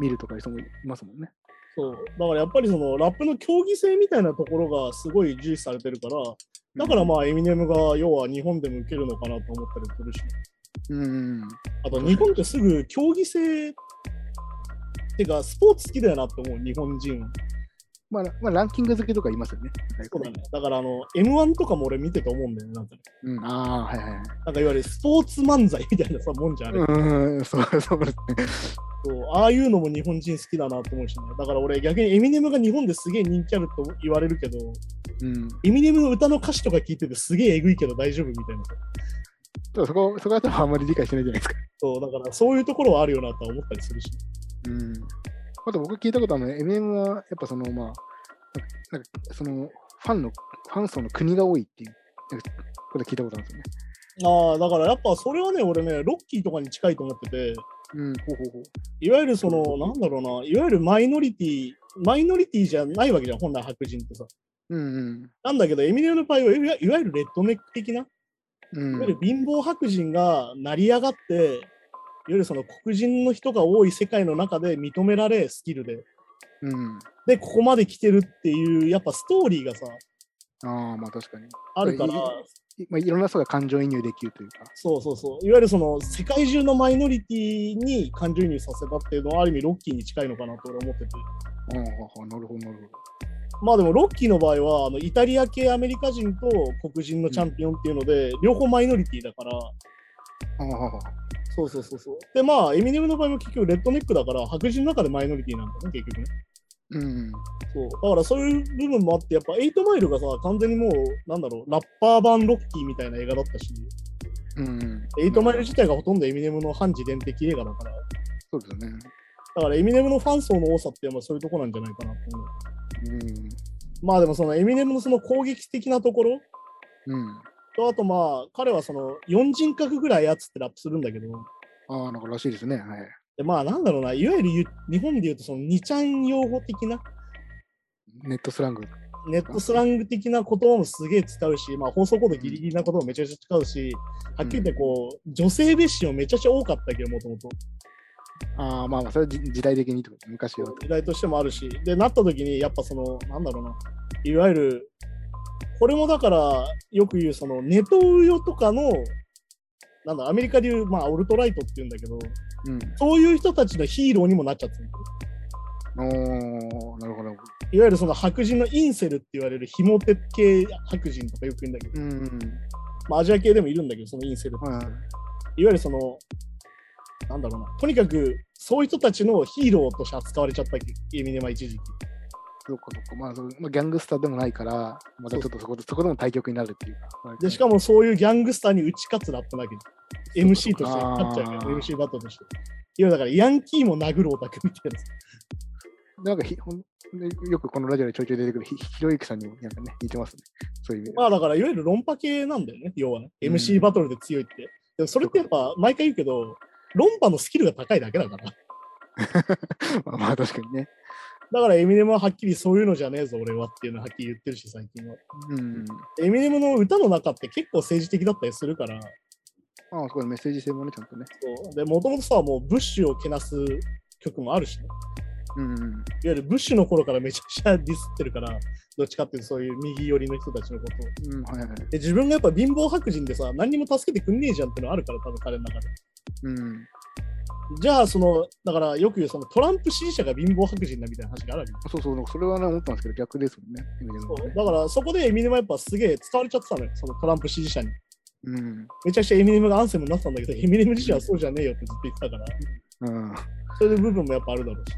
C: 見るとかいう人もいますもんね。
B: そう。だからやっぱりそのラップの競技性みたいなところがすごい重視されてるから、だからまあエミネムが要は日本でも受けるのかなと思ったりするし、
C: うん。
B: あと日本ってすぐ競技性ってかスポーツ好きだよなって思う、日本人は。
C: まあ、まあ、ランキング付けとか言いますよね。
B: そうだね。だからあの、M1 とかも俺見てて思うんだよね、なんかね。
C: うん、ああ、はいはいは
B: な
C: い。
B: んかいわゆるスポーツ漫才みたいなさ、もんじゃんあれ。
C: うんうん、そう そうです
B: そうああいうのも日本人好きだなと思うしね。だから俺逆にエミネムが日本ですげえ人気あると言われるけど、
C: ね。うん。
B: エミネムの歌の歌詞とか聞いててすげええぐいけど大丈夫みたいな。
C: ただそこ、そこは多分あんまり理解してないじゃないですか。
B: そうだからそういうところはあるよなとは思ったりするし。
C: うん。あと僕聞いたことあるのは、MM はやっぱその、まあ、なんか、なんかその、ファンの、ファン層の国が多いっていう、なんかこと聞いたことあるんですよね。
B: ああ、だからやっぱそれはね、俺ね、ロッキーとかに近いと思ってて、
C: うん、ほうほうほう。
B: いわゆるその、なんだろうな、いわゆるマイノリティ、マイノリティじゃないわけじゃん、本来白人ってさ。
C: うんうん。
B: なんだけど、エミネムの場合はいわいわゆるレッドネック的な
C: う
B: い
C: ん
B: わゆる貧乏白人が成り上がって、いわゆるその黒人の人が多い世界の中で認められ、スキルで。
C: うん。
B: で、ここまで来てるっていう、やっぱストーリーがさ、
C: ああ、まあ確かに。
B: あるから、
C: いまあ、いろんな人が感情移入できるというか。
B: そうそうそう、いわゆるその世界中のマイノリティに感情移入させたっていうのは、ある意味ロッキーに近いのかなと俺思ってて。
C: ああ、なるほど、なる
B: まあでもロッキーの場合は、あのイタリア系アメリカ人と黒人のチャンピオンっていうので、両方マイノリティだから、
C: ほど。ああ、
B: そうそうそうそう。で、まあ、エミネムの場合も結局、レッドネックだから、白人の中でマイノリティなんだよね、結局ね。
C: うん。
B: そう。だから、そういう部分もあって、やっぱ、エイトマイルがさ、完全にもう、なんだろう、ラッパー版ロッキーみたいな映画だったし、
C: うん。
B: エイトマイル自体がほとんどエミネムの反自伝的映画だから、
C: そうですよね。
B: だから、エミネムのファン層の多さって、まあ、そういうとこなんじゃないかなと思う。
C: うん。
B: まあ、でも、その、エミネムのその攻撃的なところ
C: うん。
B: と、あと、まあ、彼はその、4人格ぐらいやつってラップするんだけど、
C: ああ、なんからしいですね。はい。
B: でまあ、なんだろうな、いわゆるゆ日本で言うと、その、2ちゃん用語的な、
C: ネットスラング。
B: ネットスラング的な言葉もすげえ使うし、まあ、放送コードギリギリなこともめちゃくちゃ使うし、はっきり言ってこう、女性蔑視もめちゃくちゃ多かったけど、もともと。
C: ああ、まあまあ、それはじ時代的にってこと昔は。
B: 時代としてもあるし、で、なった時に、やっぱその、なんだろうな、いわゆる、これもだから、よく言う、その、ネトウヨとかの、なんだ、アメリカでいう、まあ、オルトライトっていうんだけど、
C: うん。
B: そういう人たちのヒーローにもなっちゃってる。
C: おー、なるほど。
B: いわゆるその白人のインセルって言われるひも手系白人とかよく言うんだけど、
C: うん。
B: まあ、アジア系でもいるんだけど、そのインセルって
C: は
B: い
C: い。
B: わゆるその、なんだろうな、とにかくそういう人たちのヒーローとして扱われちゃったエミネマ一時期。
C: そうかそうか。まあ、そうまあ、ギャングスターでもないから、またちょっとそこで、そこでも対局になるっていうか。
B: で、しかもそういうギャングスターに打ち勝つラップなわけで。MC として
C: あー
B: 勝っちゃうから、MC バトルとして。いやだからヤンキーも殴るオタクみたいなやつ。
C: も、なんかひほんでよくこのラジオでちょいちょい出てくるひひろゆきさんにもなんかね、似てますね。そういう意味で。
B: まあだからいわゆる論破系なんだよね、要はね。
C: うん
B: MC バトルで強いって。でもそれってやっぱ毎回言うけど、論破のスキルが高いだけだから。
C: まあ、まあ、確かにね。
B: だからエミネムははっきりそういうのじゃねえぞ、俺はっていうのははっきり言ってるし、最近は。
C: うん。
B: エミネムの歌の中って結構政治的だったりするから、
C: まあ、これメッセージ性もね、ちゃんとね。
B: そうで、もともとさ、もうブッシュをけなす曲もあるしね、いわ
C: うん。
B: ゆるブッシュの頃からめちゃくちゃディスってるから、どっちかっていうとそういう右寄りの人たちのことを。
C: うん、はいはい。
B: で、自分がやっぱ貧乏白人でさ、何にも助けてくんねえじゃんってのあるから、多分彼の中で。
C: うん。
B: じゃあ、その、だからよく言うそのトランプ支持者が貧乏白人だみたいな話があるわけ
C: そうそう、なんかそれはね、思ったんですけど、逆ですもんね。
B: そうだからそこでエミネムはやっぱすげえ使われちゃってたのよ、そのトランプ支持者に。
C: うん。
B: めちゃくちゃエミネムがアンセムになってたんだけど、エミネム自身はそうじゃねえよってずっと言ってたから、
C: うん。
B: そういう部分もやっぱあるだろうし。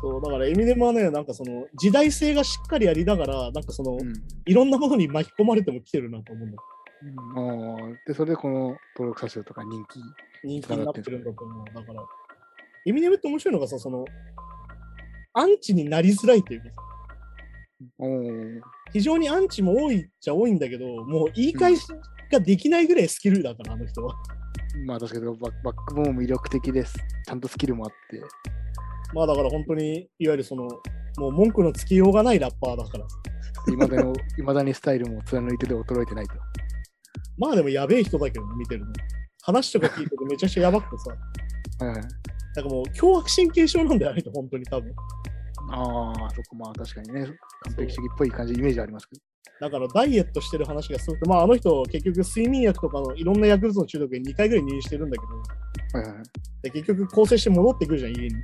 B: そうだからエミネムはね、なんかその時代性がしっかりありながら、なんかその、
C: うん。
B: いろんなものに巻き込まれても来てるなと思うんだ
C: うんああで、それでこの登録者数とか人気。
B: 人気になってるんだと思う。だから、エミネムって面白いのがさ、その、アンチになりづらいというかさ、
C: おー
B: 非常にアンチも多いっちゃ多いんだけど、もう言い返しができないぐらいスキルだから、あの人は。
C: まあ確かにババックボーンも魅力的です。ちゃんとスキルもあって。
B: まあだから本当に、いわゆるその、もう文句のつきようがないラッパーだから。
C: いま だに、いまだにスタイルも貫いてて衰えてないと。
B: まあでもやべえ人だけどね、見てるの。話とか聞いててめちゃくちゃやばくてさ、
C: はい。
B: なんかもう凶悪神経症なんだよ、あれって本当に多分。
C: ああ、そこまあ確かにね、完璧主義っぽい感じ、イメージありますけど。
B: だからダイエットしてる話がすごくて、まあ、あの人、結局睡眠薬とかのいろんな薬物の中毒で2回ぐらい入院してるんだけど、
C: はいはいはい。
B: で結局、更生して戻ってくるじゃん、家に。で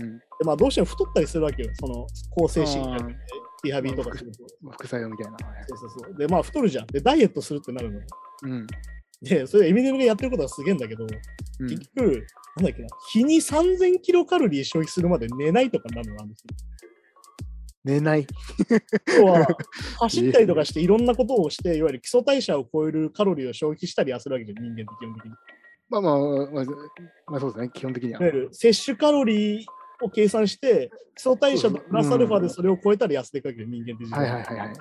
C: うん。
B: まあ、どうしても太ったりするわけよ、その抗精神薬で、リハビリとかすると。
C: 副作用みたいな。はい
B: そうそうそう。で、まあ、太るじゃん。で、ダイエットするってなるの。
C: うん。
B: で、それエミネムがやってることはすげえんだけど、
C: うん
B: 結局、なんだっけな、日に3000キロカロリー消費するまで寝ないとかになるの、あの人。
C: 寝ない。
B: 要 は、走ったりとかしていろんなことをして、いわゆる基礎代謝を超えるカロリーを消費したりはするわけじゃん、人間って基本的に。
C: まあまあ、まあ、まあそうですね、基本的にはい
B: わ。ゆる摂取カロリーを計算して、基礎代謝とプラスアルファでそれを超えたら痩せていくわけで、人間って自分
C: はいはいはいはい。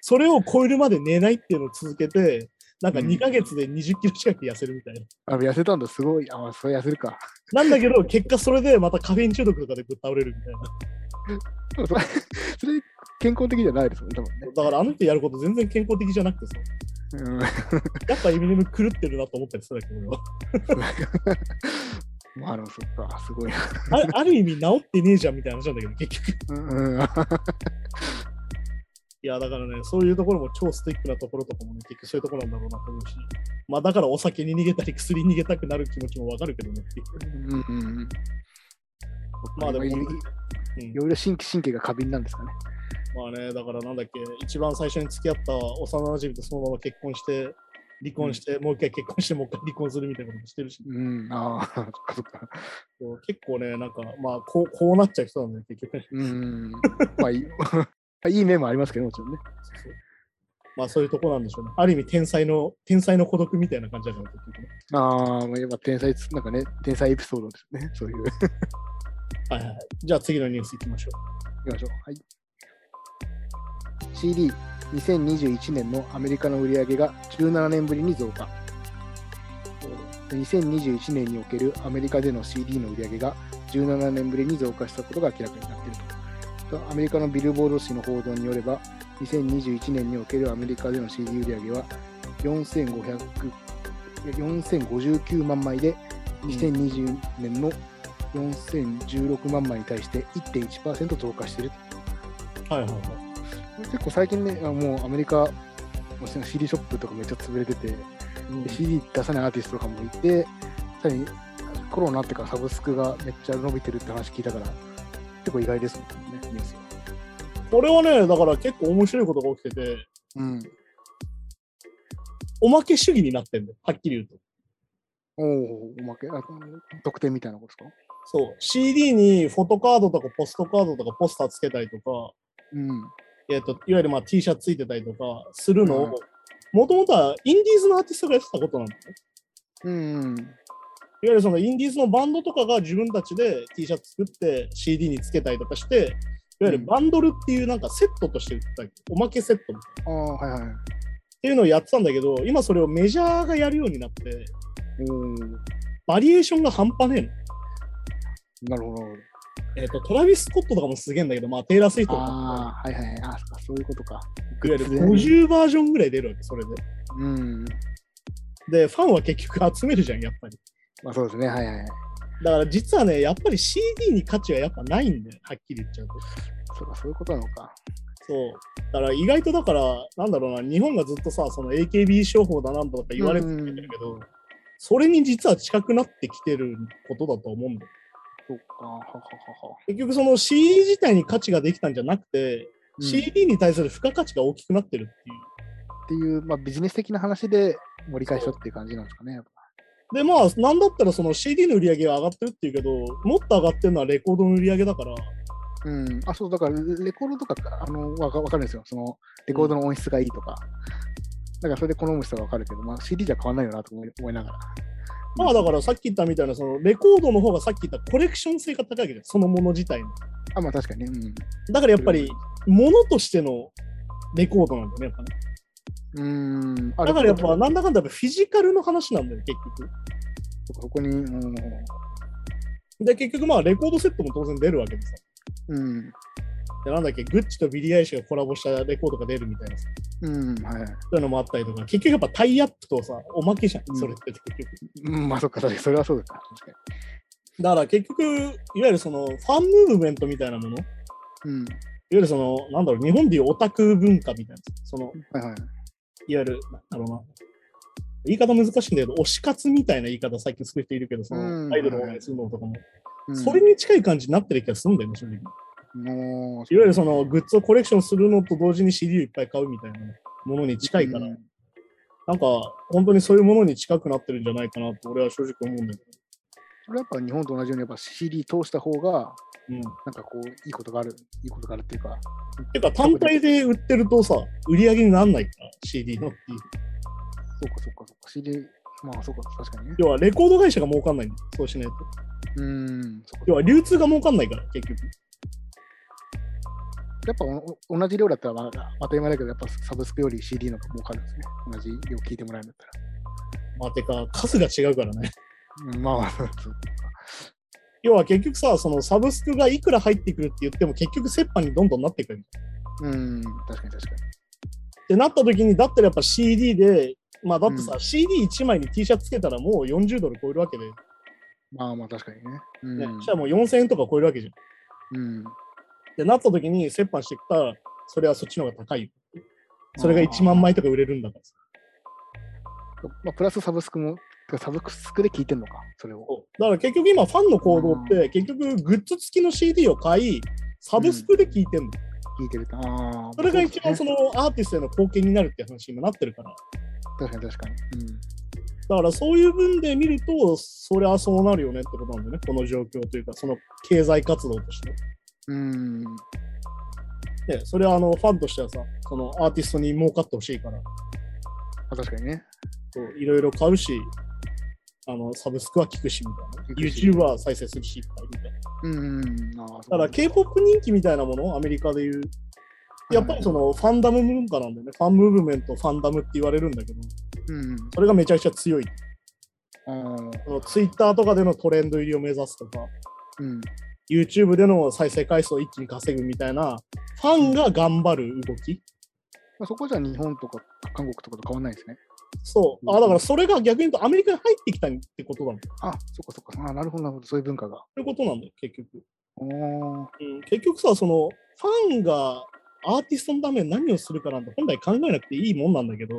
B: それを超えるまで寝ないっていうのを続けて、なんか
C: うん
B: 2ヶ月で20キロ近く痩せるみたいな。
C: あ、痩せたんだ、すごい。あ、それ痩せるか。
B: なんだけど、結果それでまたカフェイン中毒とかでぶっ倒れるみたいな。
C: それ、それ健康的じゃないですもんね、多分ね。
B: だからあの人やること全然健康的じゃなくて さ、
C: うん
B: やっぱエミネム狂ってるなと思ったりするわけ俺は
C: まあでもそっか、すごいな。
B: あある意味治ってねえじゃんみたいな話なんだけど、結局。
C: うんうん、
B: いや、だからね、そういうところも超ストイックなところとかもね、結局そういうところなんだろうなと思うし、まあだからお酒に逃げたり薬に逃げたくなる気持ちもわかるけどねっていう。
C: うんうん
B: まあでも、
C: いい
B: うん
C: いろいろ神経神経が過敏なんですかね。
B: まあね、だからなんだっけ、一番最初に付き合った幼なじみとそのまま結婚して、離婚して、もう一回結婚して、もう一回離婚するみたいなこともしてるし、
C: うん、ああ、そっかそっか。
B: そう結構ね、なんか、まあ、こうこうなっちゃう人なんだよ、結局ね。
C: うん。まあいい、 いい面もありますけど、もちろんね。
B: そうそうまあ、そういうとこなんでしょうね。ある意味、天才の、天才の孤独みたいな感じだから、結局ね。
C: ああ、まあやっぱ天才つ、なんかね、天才エピソードですね。そういう。
B: はいはいはい。じゃあ、次のニュースいきましょう。
C: いきましょう。はい。CD2021 年のアメリカの売り上げが17年ぶりに増加。2021年におけるアメリカでの CD の売り上げが17年ぶりに増加したことが明らかになっていると。とアメリカのビルボード紙の報道によれば、2021年におけるアメリカでの CD 売り上げは4500 4059万枚で、2020年の4016万枚に対して1.1%増加している。
B: はいはいはい。
C: 結構最近ね、あもうアメリカ、もちろん CD ショップとかめっちゃ潰れてて、
B: うん
C: で CD 出さないアーティストとかもいて、さらにコロナになってからサブスクがめっちゃ伸びてるって話聞いたから、結構意外ですもんね、ニュースは。
B: これはね、だから結構面白いことが起きてて、
C: うん。
B: おまけ主義になってんだよ、はっきり言うと。
C: おお、おまけ、あ特典みたいなことですか
B: そう、CD にフォトカードとかポストカードとかポスターつけたりとか、
C: うん。
B: えっといわゆるまあ T シャツついてたりとかするの
C: うん
B: を、もともとはインディーズのアーティストがやってたことなんだよね。
C: う
B: いわ
C: ん。
B: ゆるそのインディーズのバンドとかが自分たちで T シャツ作って CD につけたりとかして、いわゆるバンドルっていうなんかセットとして売ってたりおまけセットみたいなっ
C: ああ、はいはい。
B: ていうのをやってたんだけど、今それをメジャーがやるようになって、
C: おお、
B: バリエーションが半端ねえの。
C: なるほど。
B: えっ、と、トラビス・スコットとかもすげえんだけど、まあ、テイラー・スイートとかも、
C: ああ、はいはい。あそっかそういうことか。
B: いわゆる
C: グッズで
B: 50バージョンぐらい出るわけ、それで。
C: うん。
B: で、ファンは結局集めるじゃん、やっぱり。
C: まあそうですね、はいはいはい。
B: だから実はね、やっぱり CD に価値はやっぱないんだよ、はっきり言っちゃうと。
C: そうか、そういうことなのか。
B: そう。だから意外とだから、なんだろうな、日本がずっとさ、その AKB 商法だなんだとか言われ続けてるけど、それに実は近くなってきてることだと思うんだよ。
C: そうか、はははは。
B: 結局その CD 自体に価値ができたんじゃなくて、
C: うん
B: CD に対する付加価値が大きくなってるっていう。
C: っていう、まあ、ビジネス的な話で盛り返したっていう感じなんですかね。やっぱ
B: でまあ、なんだったらその CD の売り上げが上がってるっていうけど、もっと上がってるのはレコードの売り上げだから、
C: うん、あ、そう、だから、レコードとか、あの、わかわかるんですよ。その、レコードの音質がいいとか。だから、それで好む人はわかるけど、まあ、CD じゃ変わんないよなと思い思いながら。
B: まあだからさっき言ったみたいな、そのレコードの方がさっき言ったコレクション性が高いわけじゃん、そのもの自体の。
C: あ、まあ、確かにね。
B: だからやっぱり、ものとしてのレコードなんだよね、やっぱね。
C: うん。うん。あ
B: だからやっ
C: でも
B: ぱ、なんだかんだやっぱフィジカルの話なんだよ、結局。
C: そこそこに、うん。
B: で、結局まあレコードセットも当然出るわけでさ。
C: うん。
B: で、なんだっけ、グッチとビリー・アイシュがコラボしたレコードが出るみたいなさ
C: うん、はい。
B: そういうのもあったりとか、結局やっぱタイアップとさ、おまけじゃ
C: うん
B: ん、それって結局。
C: うん、まあ、そっか、確かにそれはそうだな。確か
B: だから結局、いわゆるそのファンムーブメントみたいなもの、いわ
C: に。うん。
B: ゆるその、なんだろう、日本でいうオタク文化みたいな、その、
C: はいはい。
B: いわゆる、なんだろうな、言い方難しいんだけど、推し活みたいな言い方最近する人いるけど、そ
C: うん
B: のアイドルを応援するのとかも、
C: うん、
B: それに近い感じになってる気がするんだよね、正直。いわ
C: もう、
B: ゆるそのグッズをコレクションするのと同時に CD をいっぱい買うみたいなものに近いから、
C: うん
B: なんか本当にそういうものに近くなってるんじゃないかなと俺は正直思うんだけ
C: それはやっぱ日本と同じように、やっぱ CD 通した方が、
B: ど。うん。
C: なんかこう、いいことがある、いいことがあるっていうか、
B: てか単体で売ってるとさ、売り上げにならないから、CD のっていう。
C: そうかそうかそうか、CD、まあそうか、確かにね。
B: 要はレコード会社が儲かんないんだよ、そうしないと。
C: うーん、そっか
B: 要は流通が儲かんないから、結局。
C: やっぱおお同じ量だったら、まあ、当たり前だけど、やっぱサブスクより CD の方が儲かるんですね。同じ量聞いてもらえるんだった
B: まあてか、数が違うからね。
C: ら。うん、まあまあ、 そうそう
B: 要は結局さ、そのサブスクがいくら入ってくるって言っても結局折半にどんどんなってくる。っ
C: うん、確かに確かに。
B: てなった時に、だったらやっぱ CD で、まあだってさ、CD1 枚に T シャツつけたらもう40ドル超えるわけで、ね
C: まあまあ、確かにね。うん。
B: そしたらもう4000円とか超えるわけじゃん。っ
C: うん、
B: てなった時に折半してきたら、それはそっちの方が高いよ。それが1万枚とか売れるんだからさ。
C: まあ、プラスサブスクも、てかサブスクで聞いてんのか、それを。
B: だから結局今ファンの行動って、結局グッズ付きの CD を買い、サブスクで聴いてんの。
C: 聞いてると。ああ。
B: それが一番そ
C: の。
B: のアーティストへの貢献になるって話に今なってるから。
C: 確かに確かに。うん。
B: だからそういう分で見ると、そりゃそうなるよねってことなんだよね、この状況というか、その経済活動として。
C: うん。
B: で、それはあのファンとしてはさ、そのアーティストに儲かってほしいから、
C: あ確かにね。
B: そういろいろ買うし、あのサブスクは聞くしみたいな、
C: 聞くし
B: YouTube は再生するしいっぱいみたいな。
C: うんうん。あ
B: だ
C: ー
B: から K-POP 人気みたいなもの、アメリカでいう、やっぱりそ、のファンダム文化なんだよね、ファンムーブメント、ファンダムって言われるんだけど、
C: うんうん。
B: それがめちゃくちゃ強い。
C: あー
B: その Twitter とかでのトレンド入りを目指すとか、
C: うん。
B: YouTube での再生回数を一気に稼ぐみたいな、ファンが頑張る動き。
C: まあ、そこじゃ日本とか韓国とかと変わんないですね。
B: そう。あ、だからそれが逆に言うとアメリカに入ってきたってことなの。と
C: あ、そっかそっか。あーなるほど、なるほど。そういう文化が。
B: いうことなんだよ、結局。
C: おー
B: うん、結局さ、その、ファンがアーティストのために何をするかなんて本来考えなくていいもんなんだけど、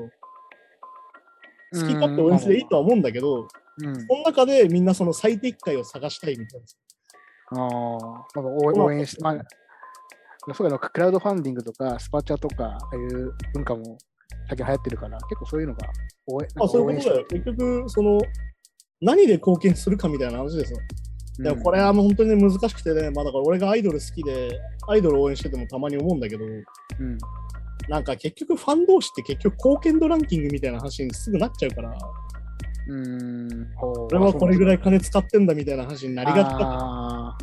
B: 好き勝手応援していいとは思うんだけど、
C: うん。
B: その中でみんなその最適解を探したいみたいな。
C: あーまあ、応応援し、まあ、そうだな、クラウドファンディングとか、スパチャとか、ああいう文化も最近流行ってるから、結構そういうのが応援、
B: まあそういうことだ
C: なん
B: よ。
C: か
B: 結局、その、何で貢献するかみたいな話ですよ。
C: 応援して
B: でもこれ、はもう本当にね難しくてね、まあ、だから俺がアイドル好きで、アイドル応援しててもたまに思うんだけど、
C: うんうん
B: なんか結局ファン同士って結局貢献度ランキングみたいな話にすぐなっちゃうから、
C: うーん。こ
B: 俺はこれぐら
C: い
B: い金使ってんだみたいな話にな
C: あ
B: りがちだ。
C: あ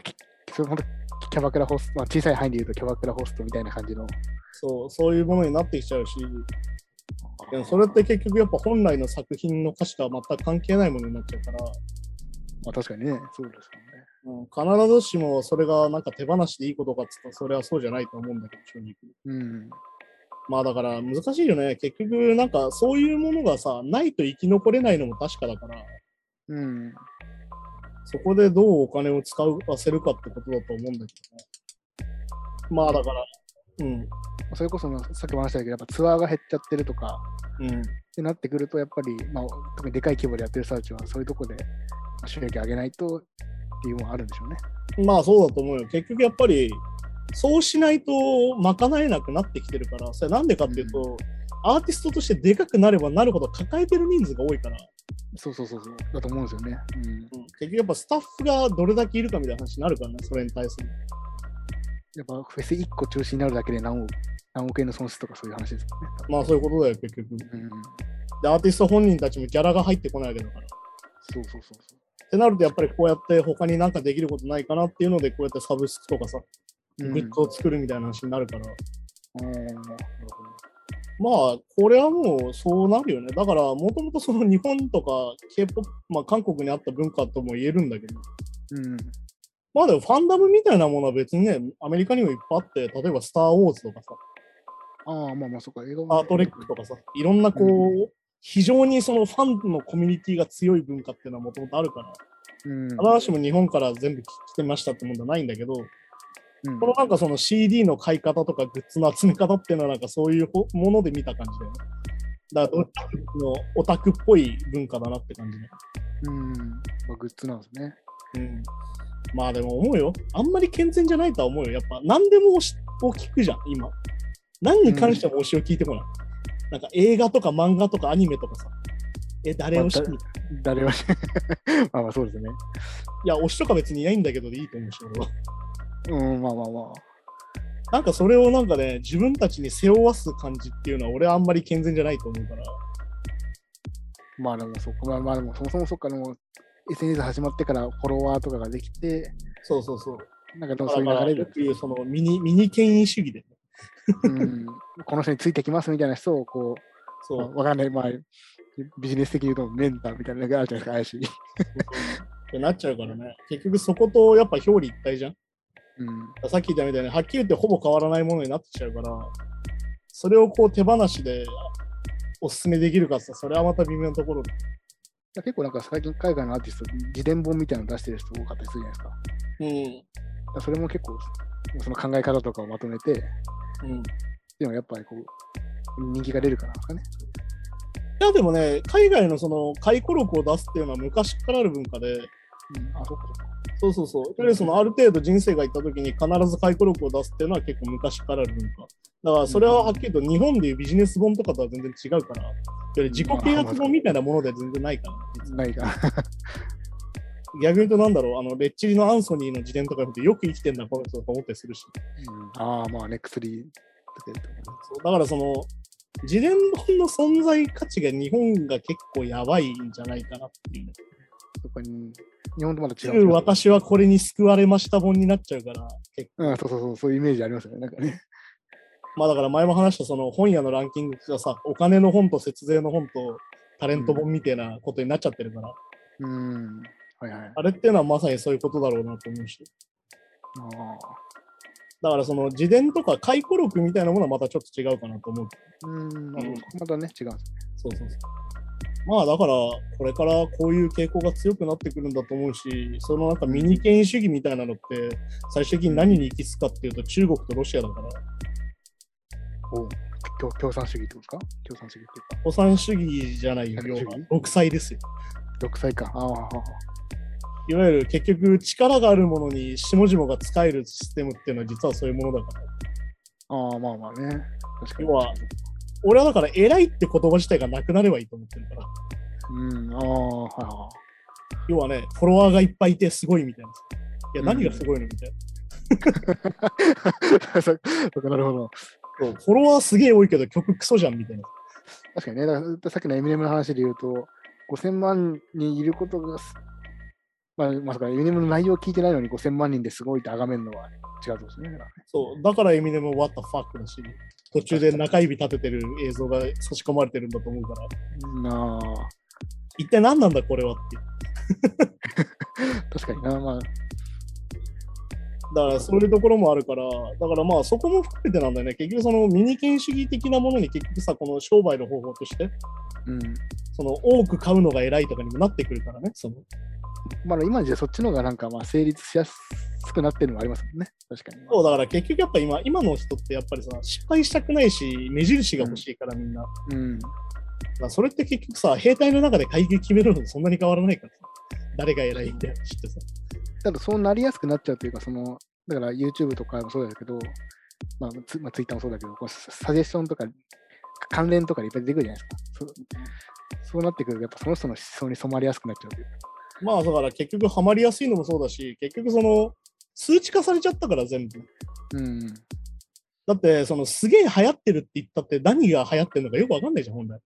C: ーきそれ本当キャバクラホスト、まあ、小さい範囲で言うとキャバクラホストみたいな感じの。
B: そう、そういうものになってきちゃうし、でもそれって結局やっぱ本来の作品の歌詞とは全く関係ないものになっちゃうから、
C: まあ、確かにね、そうですよね。
B: うん、必ずしもそれがなんか手放しでいいことかっつったらそれはそうじゃないと思うんだけど、正直。
C: うん。
B: まあだから難しいよね。結局なんかそういうものがさ、ないと生き残れないのも確かだから、
C: うん。
B: そこでどうお金を使わせるかってことだと思うんだけどね。まあだから、うん、
C: それこそ、まあさっきも話したけど、やっぱツアーが減っちゃってるとか、
B: うん、
C: ってなってくると、やっぱり、まあ、特にでかい規模でやってる人たちは、そういうとこでまあ収益上げないとっていうのもあるんでしょうね。
B: まあそうだと思うよ。結局やっぱり、そうしないと賄えなくなってきてるから、それなんでかっていうと、
C: う
B: アーティストとしてでかくなればなるほど抱えてる人数が多いから、
C: そうそうそうそう、だと思うんですよね。うん、
B: うん、結局やっぱスタッフがどれだけいるかみたいな話になるからね、それに対する。
C: やっぱフェス1個中止になるだけで何億何億円の損失とかそういう話ですもんね。
B: まあそういうことだよ、結局。で、
C: 多分うん、
B: アーティスト本人たちもギャラが入ってこないわけだから。
C: そうそうそうそ
B: ってなると、やっぱりこうやって他になんかできることないかなっていうので、こうやってサブスクとかさ、
C: う。うん
B: グッズを作るみたいな話になるから、
C: うんなるほど
B: まあ、これはもうそうなるよね。だから、もともとその日本とか K-POP、まあ、韓国にあった文化とも言えるんだけど、
C: うん、
B: まあでもファンダムみたいなものは別にね、アメリカにもいっぱいあって、例えばスター・ウォーズとかさ、
C: ああ、まあまあ、そっか、映画も
B: アートレックとかさ、いろんなこう、非常にそのファンのコミュニティが強い文化っていうのはもともとあるから、
C: うん、
B: 必ずしも日本から全部来てましたってもんじゃないんだけど、
C: うん
B: このなんかその CD の買い方とかグッズの集め方っていうのはなんかそういうほもので見た感じだよね。だからどっちかのオタクっぽい文化だなって感じだよ
C: うんまあ、グッズなんですね。
B: うん。まあでも思うよ。あんまり健全じゃないとは思うよ。やっぱ何でも推しを聞くじゃん、今。何に関しても推しを聞いてこない。なんか映画とか漫画とかアニメとかさ。え、誰推し、
C: まあ誰は まあまあ、そうですね。
B: いや、推しとか別にいないんだけどでいいと思うし、俺は。
C: うん、まあまあまあ。
B: なんかそれをなんかね、自分たちに背負わす感じっていうのは俺はあんまり健全じゃないと思うから。
C: まあでもそこ、まあまあでもそもそもそっか、でも SNS 始まってからフォロワーとかができて、
B: そうそうそう。
C: なんかでも
B: だか
C: そういう
B: ら
C: 流れ
B: よ
C: で
B: く、言うそのミニミニ権威主義で。
C: うん、この人についてきますみたいな人をこう、
B: そ
C: まあ
B: う。
C: わかんない、まあ、ビジネス的に言うとメンターみたいなのがあるじゃないですか、怪しい。
B: ってなっちゃうからね。結局そことやっぱ表裏一体じゃん。
C: うん、
B: さっき言ったみたいに、はっきり言ってほぼ変わらないものになってきちゃうから、それをこう手放しでおすすめできるかさ、それはまた微妙なところで。
C: 結構なんか最近海外のアーティスト、自伝本みたいなの出してる人多かったりするじゃないですか。だか
B: うん。
C: らそれも結構、その考え方とかをまとめて、
B: うん、い
C: でもやっぱりこう、人気が出るからなんですかね。
B: やでもね、海外のその回顧録を出すっていうのは昔からある文化で、
C: うん、あ、そっかそっか。
B: そうそうそう。とりあえずそのある程度人生がいった時に必ず回顧録を出すっていうのは結構昔からある文化。だからそれははっきりと日本でいうビジネス本とかとは全然違うから、それ自己啓発本みたいなものでは全然ないから、ね、別に
C: ないか。
B: 逆に言うとなんだろう、あの、レッチリのアンソニーの自伝とか見てよく生きてんだ、この人とか思ったりするし。
C: うんああ、まあね、薬とかやるとかね
B: そうだからその、自伝本の存在価値が日本が結構やばいんじゃないかなっていう。
C: そこに、日本とまだ違
B: 旧
C: う。
B: 私はこれに救われました本になっちゃうから、結構
C: うん、そうそうそう、そういうイメージありますよね。なんかね。
B: まあだから前も話したその本屋のランキングがさ、お金の本と節税の本とタレント本みたいなことになっちゃってるから、
C: うん。はいはい。
B: あれっていうのはまさにそういうことだろうなと思うし。
C: ああ。
B: だからその自伝とか回顧録みたいなものはまたちょっと違うかなと思うけど。
C: うん、まあ
B: うん
C: まだね、違うんですね。
B: そうそうそう。まあだから、これからこういう傾向が強くなってくるんだと思うし、そのなんかミニ権威主義みたいなのって、最終的に何に行き着くかっていうと、中国とロシアだから、
C: おう共共産主義ってことですか共産主義っていうか、
B: 共産主義じゃないよ、要は
C: 主義
B: 独裁ですよ。
C: 独裁か。ああああ、
B: いわゆる結局、力があるものに下々が使えるシステムっていうのは実はそういうものだから。
C: ああ、まあまあね。確かに。
B: 要は俺はだから、偉いって言葉自体がなくなればいいと思ってるから。
C: うん、ああ、はいは
B: 要はね、フォロワーがいっぱいいてすごいみたいな。いや、
C: うん
B: 何がすごいのみたい
C: い。 そっか、なるほど。
B: な、フォロワーすげえ多いけど、曲クソじゃんみたいな。
C: 確かにね、だからさっきのエミネムの話で言うと、5000万人いることがす、まあ、まさかエミネムの内容を聞いてないのに5000万人ですごいって崇めるのは違うってことですね。だからね
B: そう、だからエミネムは What the fuck だし、途中で中指立ててる映像が差し込まれてるんだと思うから、
C: なあ。
B: 一体何なんだこれはって。
C: 確かにな、まあ、
B: だからそういうところもあるから、だからまあそこも含めてなんだよね。結局そのミニ権主義的なものに結局さ、この商売の方法として、
C: うん。
B: その多く買うのが偉いとかにもなってくるからね、その。
C: まあ、今の時代そっちの方がなんかまあ成立しやすくなってるのもありますもんね。確かに。
B: そうだから結局やっぱ今、今の人ってやっぱりさ、失敗したくないし、目印が欲しいからみんな。だか
C: うん。
B: らそれって結局さ、兵隊の中で会議決めるのとそんなに変わらないからさ。誰が偉いみたいなの知ってさ。
C: ただそうなりやすくなっちゃうというか、その、だから YouTube とかもそうだけど、まあ、ツまあ、Twitter もそうだけど、こうササジェスションとか関連とかでいっぱい出てくるじゃないですか。そうそうなってくると、やっぱその人の思想に染まりやすくなっちゃうというか。
B: まあだから結局ハマりやすいのもそうだし、結局その数値化されちゃったから全部。
C: うん。
B: だってそのすげえ流行ってるって言ったって何が流行ってるのかよくわかんないじゃん、本来。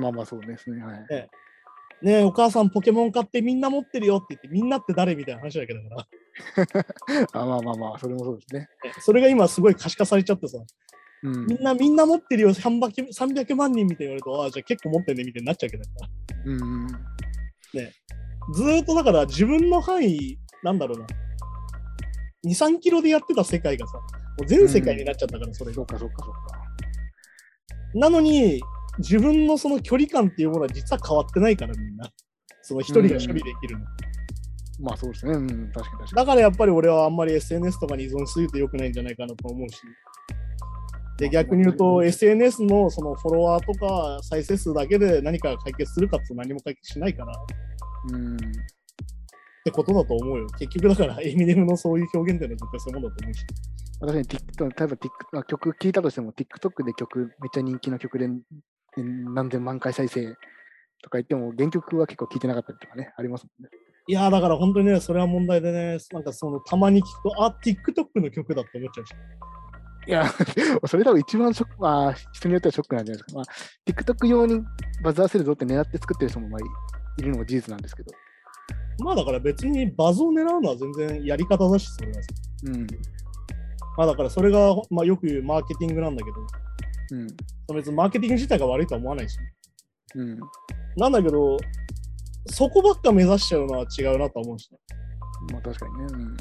C: まあまあそうですね。はい。
B: ねえ、お母さんポケモン買ってみんな持ってるよって言ってみんなって誰みたいな 話だけだから。
C: あまあまあまあ、それもそうですね。
B: それが今すごい可視化されちゃってさ、
C: うん
B: み。んなみんな持ってるよ300 300万人みたいに言われると、ああ、じゃあ結構持ってんねみたいになっちゃうけどさ。
C: うん。
B: ずーっとだから自分の範囲、なんだろうな。2、3キロでやってた世界がさ、もう全世界になっちゃったから、それが
C: そうかそうかそうか。
B: なのに、自分のその距離感っていうものは実は変わってないから、みんな。その一人が処理できるの。
C: まあそうですね。うん。確かに確か
B: だからやっぱり俺はあんまり SNS とかに依存しすぎて良くないんじゃないかなと思うし。で、逆に言うと、SNS のそのフォロワーとか再生数だけで何かが解決するかっていうと何も解決しないからっ
C: に。うん。
B: てことだと思うよ。結局だから、エミネムのそういう表現っていうのは絶対そういうもんだと思うし。
C: 私ね、TikTok 例えば Tik まあ、曲聴いたとしても、TikTok で曲、めっちゃ人気の曲でん何千万回再生とか言っても、原曲は結構聴いてなかったりとかね、ありますもんね。
B: いやーだから本当にね、それは問題でね、なんかそのたまに聞くと、あ、TikTok の曲だって思っちゃうし。
C: いや、 それ多分一番ショック、まあ、人によってはショックなんじゃないですか。まあ、TikTok 用にバズらせるぞって狙って作ってる人もまあいいるのも事実なんですけど。
B: まあだから別にバズを狙うのは全然やり方だし、それは。
C: うん。
B: まあだからそれが、まあ、よく言うマーケティングなんだけど、
C: うん。
B: その別にマーケティング自体が悪いとは思わないし。
C: うん。
B: なんだけど、そこばっか目指しちゃうのは違うなとは思うしね。
C: まあ確かにね。うん。
B: っ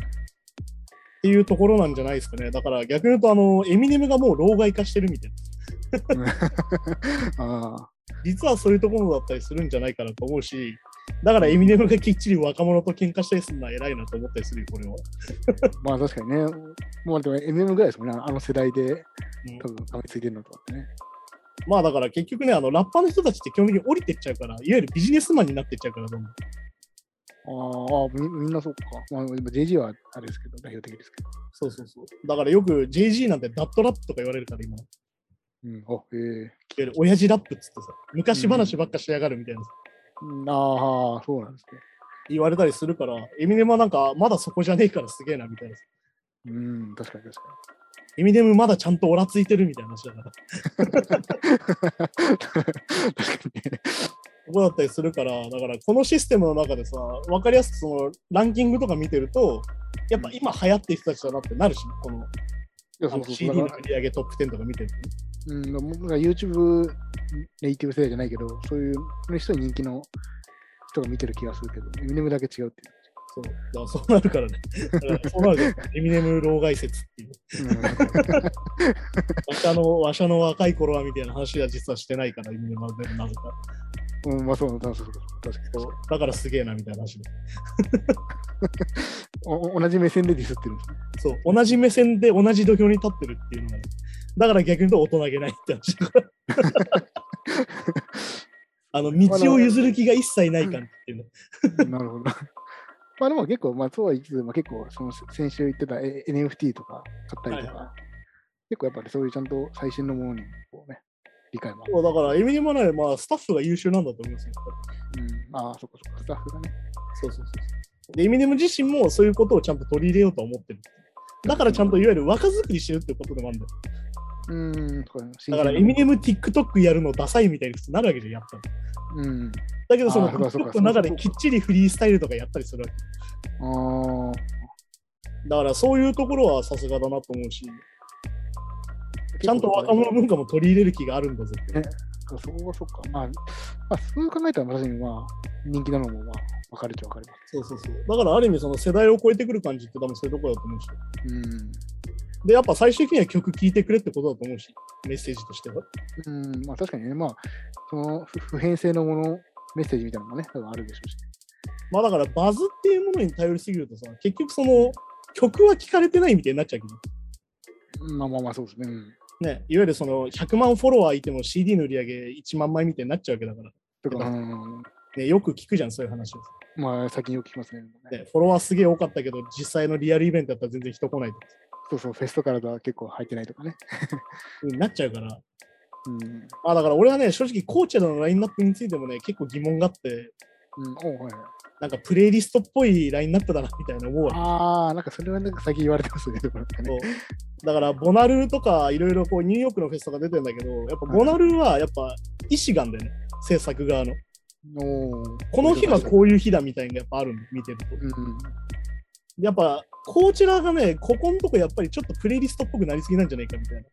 B: ていうところなんじゃないですかね。だから逆に言うと、あの、エミネムがもう老害化してるみたいな。
C: ああ。
B: 実はそういうところだったりするんじゃないかなと思うし、だからエミネムがきっちり若者と喧嘩したりするのは偉いなと思ったりするよ、これは。
C: まあ確かにね。もうでも MM ぐらいですもんね。あの世代で
B: うん
C: 多分、噛みついてるのとかってね。
B: まあだから結局ね、あの、ラッパーの人たちって基本的に降りてっちゃうから、いわゆるビジネスマンになってっちゃうから、どんどん。
C: あーあー、みみんなそうか。まあ、でも JG はあれですけど、代表的ですけど。
B: そうそうそう。だからよく JG なんてダットラップとか言われるから今。
C: うん、おええ
B: 聞ける。親父ラップっつってさ、昔話ばっかしやがるみたいなさ、
C: うんああ、そうなんですね。
B: 言われたりするから、エミネムはなんか、まだそこじゃねえからすげえなみたいなさ。
C: うん、確かに確か
B: エミネムまだちゃんとオラついてるみたいな話だから。
C: に。 確かにね。
B: ここだったりするから、だからこのシステムの中でさ、わかりやすくそのランキングとか見てると、やっぱ今流行ってる人たちだなってなるし、この
C: いや、
B: あ
C: そう
B: の
C: そう
B: CD
C: だ
B: の
C: から
B: 売り上げトップ10とか見てるとね。
C: うん、だからもうだから YouTube ネイティブ世代じゃないけど、そういう人に人気の人が見てる気がするけど、エミネムだけ違うっていう。
B: そうだからそうなるからね。だからそうなる じゃんエミネム老害説っていう。わしゃのわしゃの若い頃はみたいな話は実はしてないから、エミネムはでもなぜか。
C: うん、うんまあそう、そうそう確かに確
B: そう
C: か
B: だからすげえなみたいな話で。
C: におお同じ目線でディスってるんですね。
B: そう、同じ目線で同じ土俵に立ってるっていうのがね、だから逆に言うと大人げないって 話だから。あの道を譲る気が一切ない感じっていうの。
C: なるほど。まあでも結構、まあそうは言いつつ、まあ、結構その先週言ってたえ NFT とか買ったりとか、
B: はい
C: 結構やっぱりそういうちゃんと最新のものにこうね、理解もある。
B: そうだから、エミネムはね、まあ、スタッフが優秀なんだと思うんですよ。
C: うん、ああ、そっかそっか、スタッフがね。
B: そうそうそう。で、エミネム自身もそういうことをちゃんと取り入れようと思ってる。だからちゃんといわゆる若作りしてるってことでもあるんだよ。
C: うん、そうね
B: だからエミ
C: ネ
B: ネム TikTok やるのダサいみたいに普通なるわけじゃん、やったら。
C: うん。
B: だけどその
C: あーそうかそうか
B: TikTok の中できっちりフリースタイルとかやったりするわけ。
C: ああ、
B: だからそういうところはさすがだなと思うし、ちゃんと若者文化も取り入れる気があるんだぜって。
C: そこはそっか。まあ、まあ、そう考えたら確かにまあ、人気なのもまあ、わかるっちゃわかりま
B: そうそうそう。だからある意味その世代を超えてくる感じって多分そういうところだと思うし。
C: す。うん。
B: で、やっぱ最終的には曲聴いてくれってことだと思うし、メッセージとしては。
C: うん、まあ確かにね、まあ、その不不変性のもの、メッセージみたいなのもね、多分あるでしょうし。
B: まあだからバズっていうものに頼りすぎるとさ、結局その曲は聴かれてないみたいになっちゃうけど、
C: まあまあまあ、そうですね。うん。
B: ね、いわゆるその100万フォロワーいても CD の売り上げ1万枚みたいになっちゃうわけだから、
C: とか、
B: う
C: うん、
B: ね、よく聞くじゃん、そういう話を。
C: まあ、最近よく聞きますね。
B: ね、フォロワーすげえ多かったけど、実際のリアルイベントだったら全然人来ないとか
C: そうそう、フェスとかだと結構入ってないとかね。
B: になっちゃうから、
C: うん。
B: まあだから俺はね、正直コーチェラのラインナップについてもね、結構疑問があって、
C: うん、おうはいはい。
B: なんかプレイリストっぽいラインナップだなみたいな思うわけ
C: ああ、なんかそれはなんか最近言われてますね。ところとかね
B: そうだからボナルーとかいろいろこうニューヨークのフェスとか出てんだけど、やっぱボナルーはやっぱ意志があんだよね、制作側の。
C: おー
B: この日はこういう日だみたいなのがやっぱあるの、見てると。
C: うん。
B: やっぱこちらがね、ここんとこやっぱりちょっとプレイリストっぽくなりすぎなんじゃないかみたい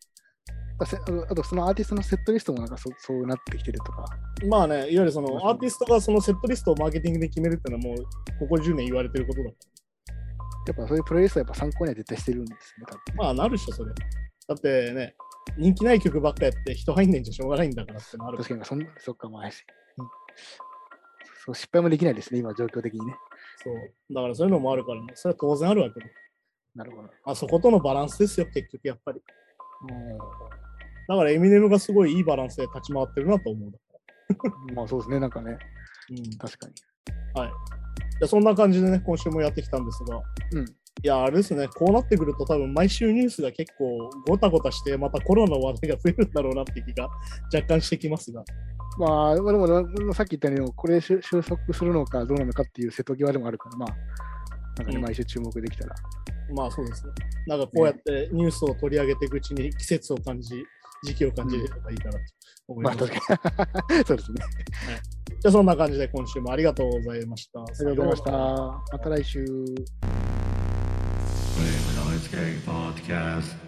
C: あせあとあとそのアーティストのセットリストもなんかそそうなってきてるとか。
B: な。まあね、いわゆるそ
C: そう
B: の
C: そう
B: アーティストがそのセットリストをマーケティングで決めるっていうのはもうここ10年言われてることだから。
C: やっぱそういうプロレスはやっぱ参考には絶対してるんですよね、多
B: まあなるっしょ、それ。だってね、人気ない曲ばっかやって人入んねんじゃしょうがないんだからってのある
C: 分。確かにそん、そっか、まあ、しうんそう失敗もできないですね、今、状況的にね。
B: そう。だからそういうのもあるからね、それは当然あるわけで。
C: なるほど。
B: あそことのバランスですよ、結局やっぱり。
C: う
B: だからエミネムがすごいいいバランスで立ち回ってるなと思う。
C: んまあ、そうですね、なんかね、
B: うん、い
C: 確かに。
B: やそんな感じでね、今週もやってきたんですが、
C: うん。
B: いや、あれですね、こうなってくると多分毎週ニュースが結構ごたごたして、またコロナの話題が増えるんだろうなって気が若干してきますが、
C: まあ、でも、でもさっき言ったように、これ収収束するのかどうなのかっていう瀬戸際でもあるから、まあ、なんかね、
B: うん
C: 毎週注目できたら。
B: まあそうですね。なんかこうやってニュースを取り上げていくうちに季節を感じ、時期を感じればいいかなと思い
C: ま
B: ま
C: あ、
B: す。
C: 確かに。そうですね。
B: じゃあそんな感じで今週もありがとうございました。あ
C: ありがとうございました。また来週。
A: Flame and Ice Gang Podcast.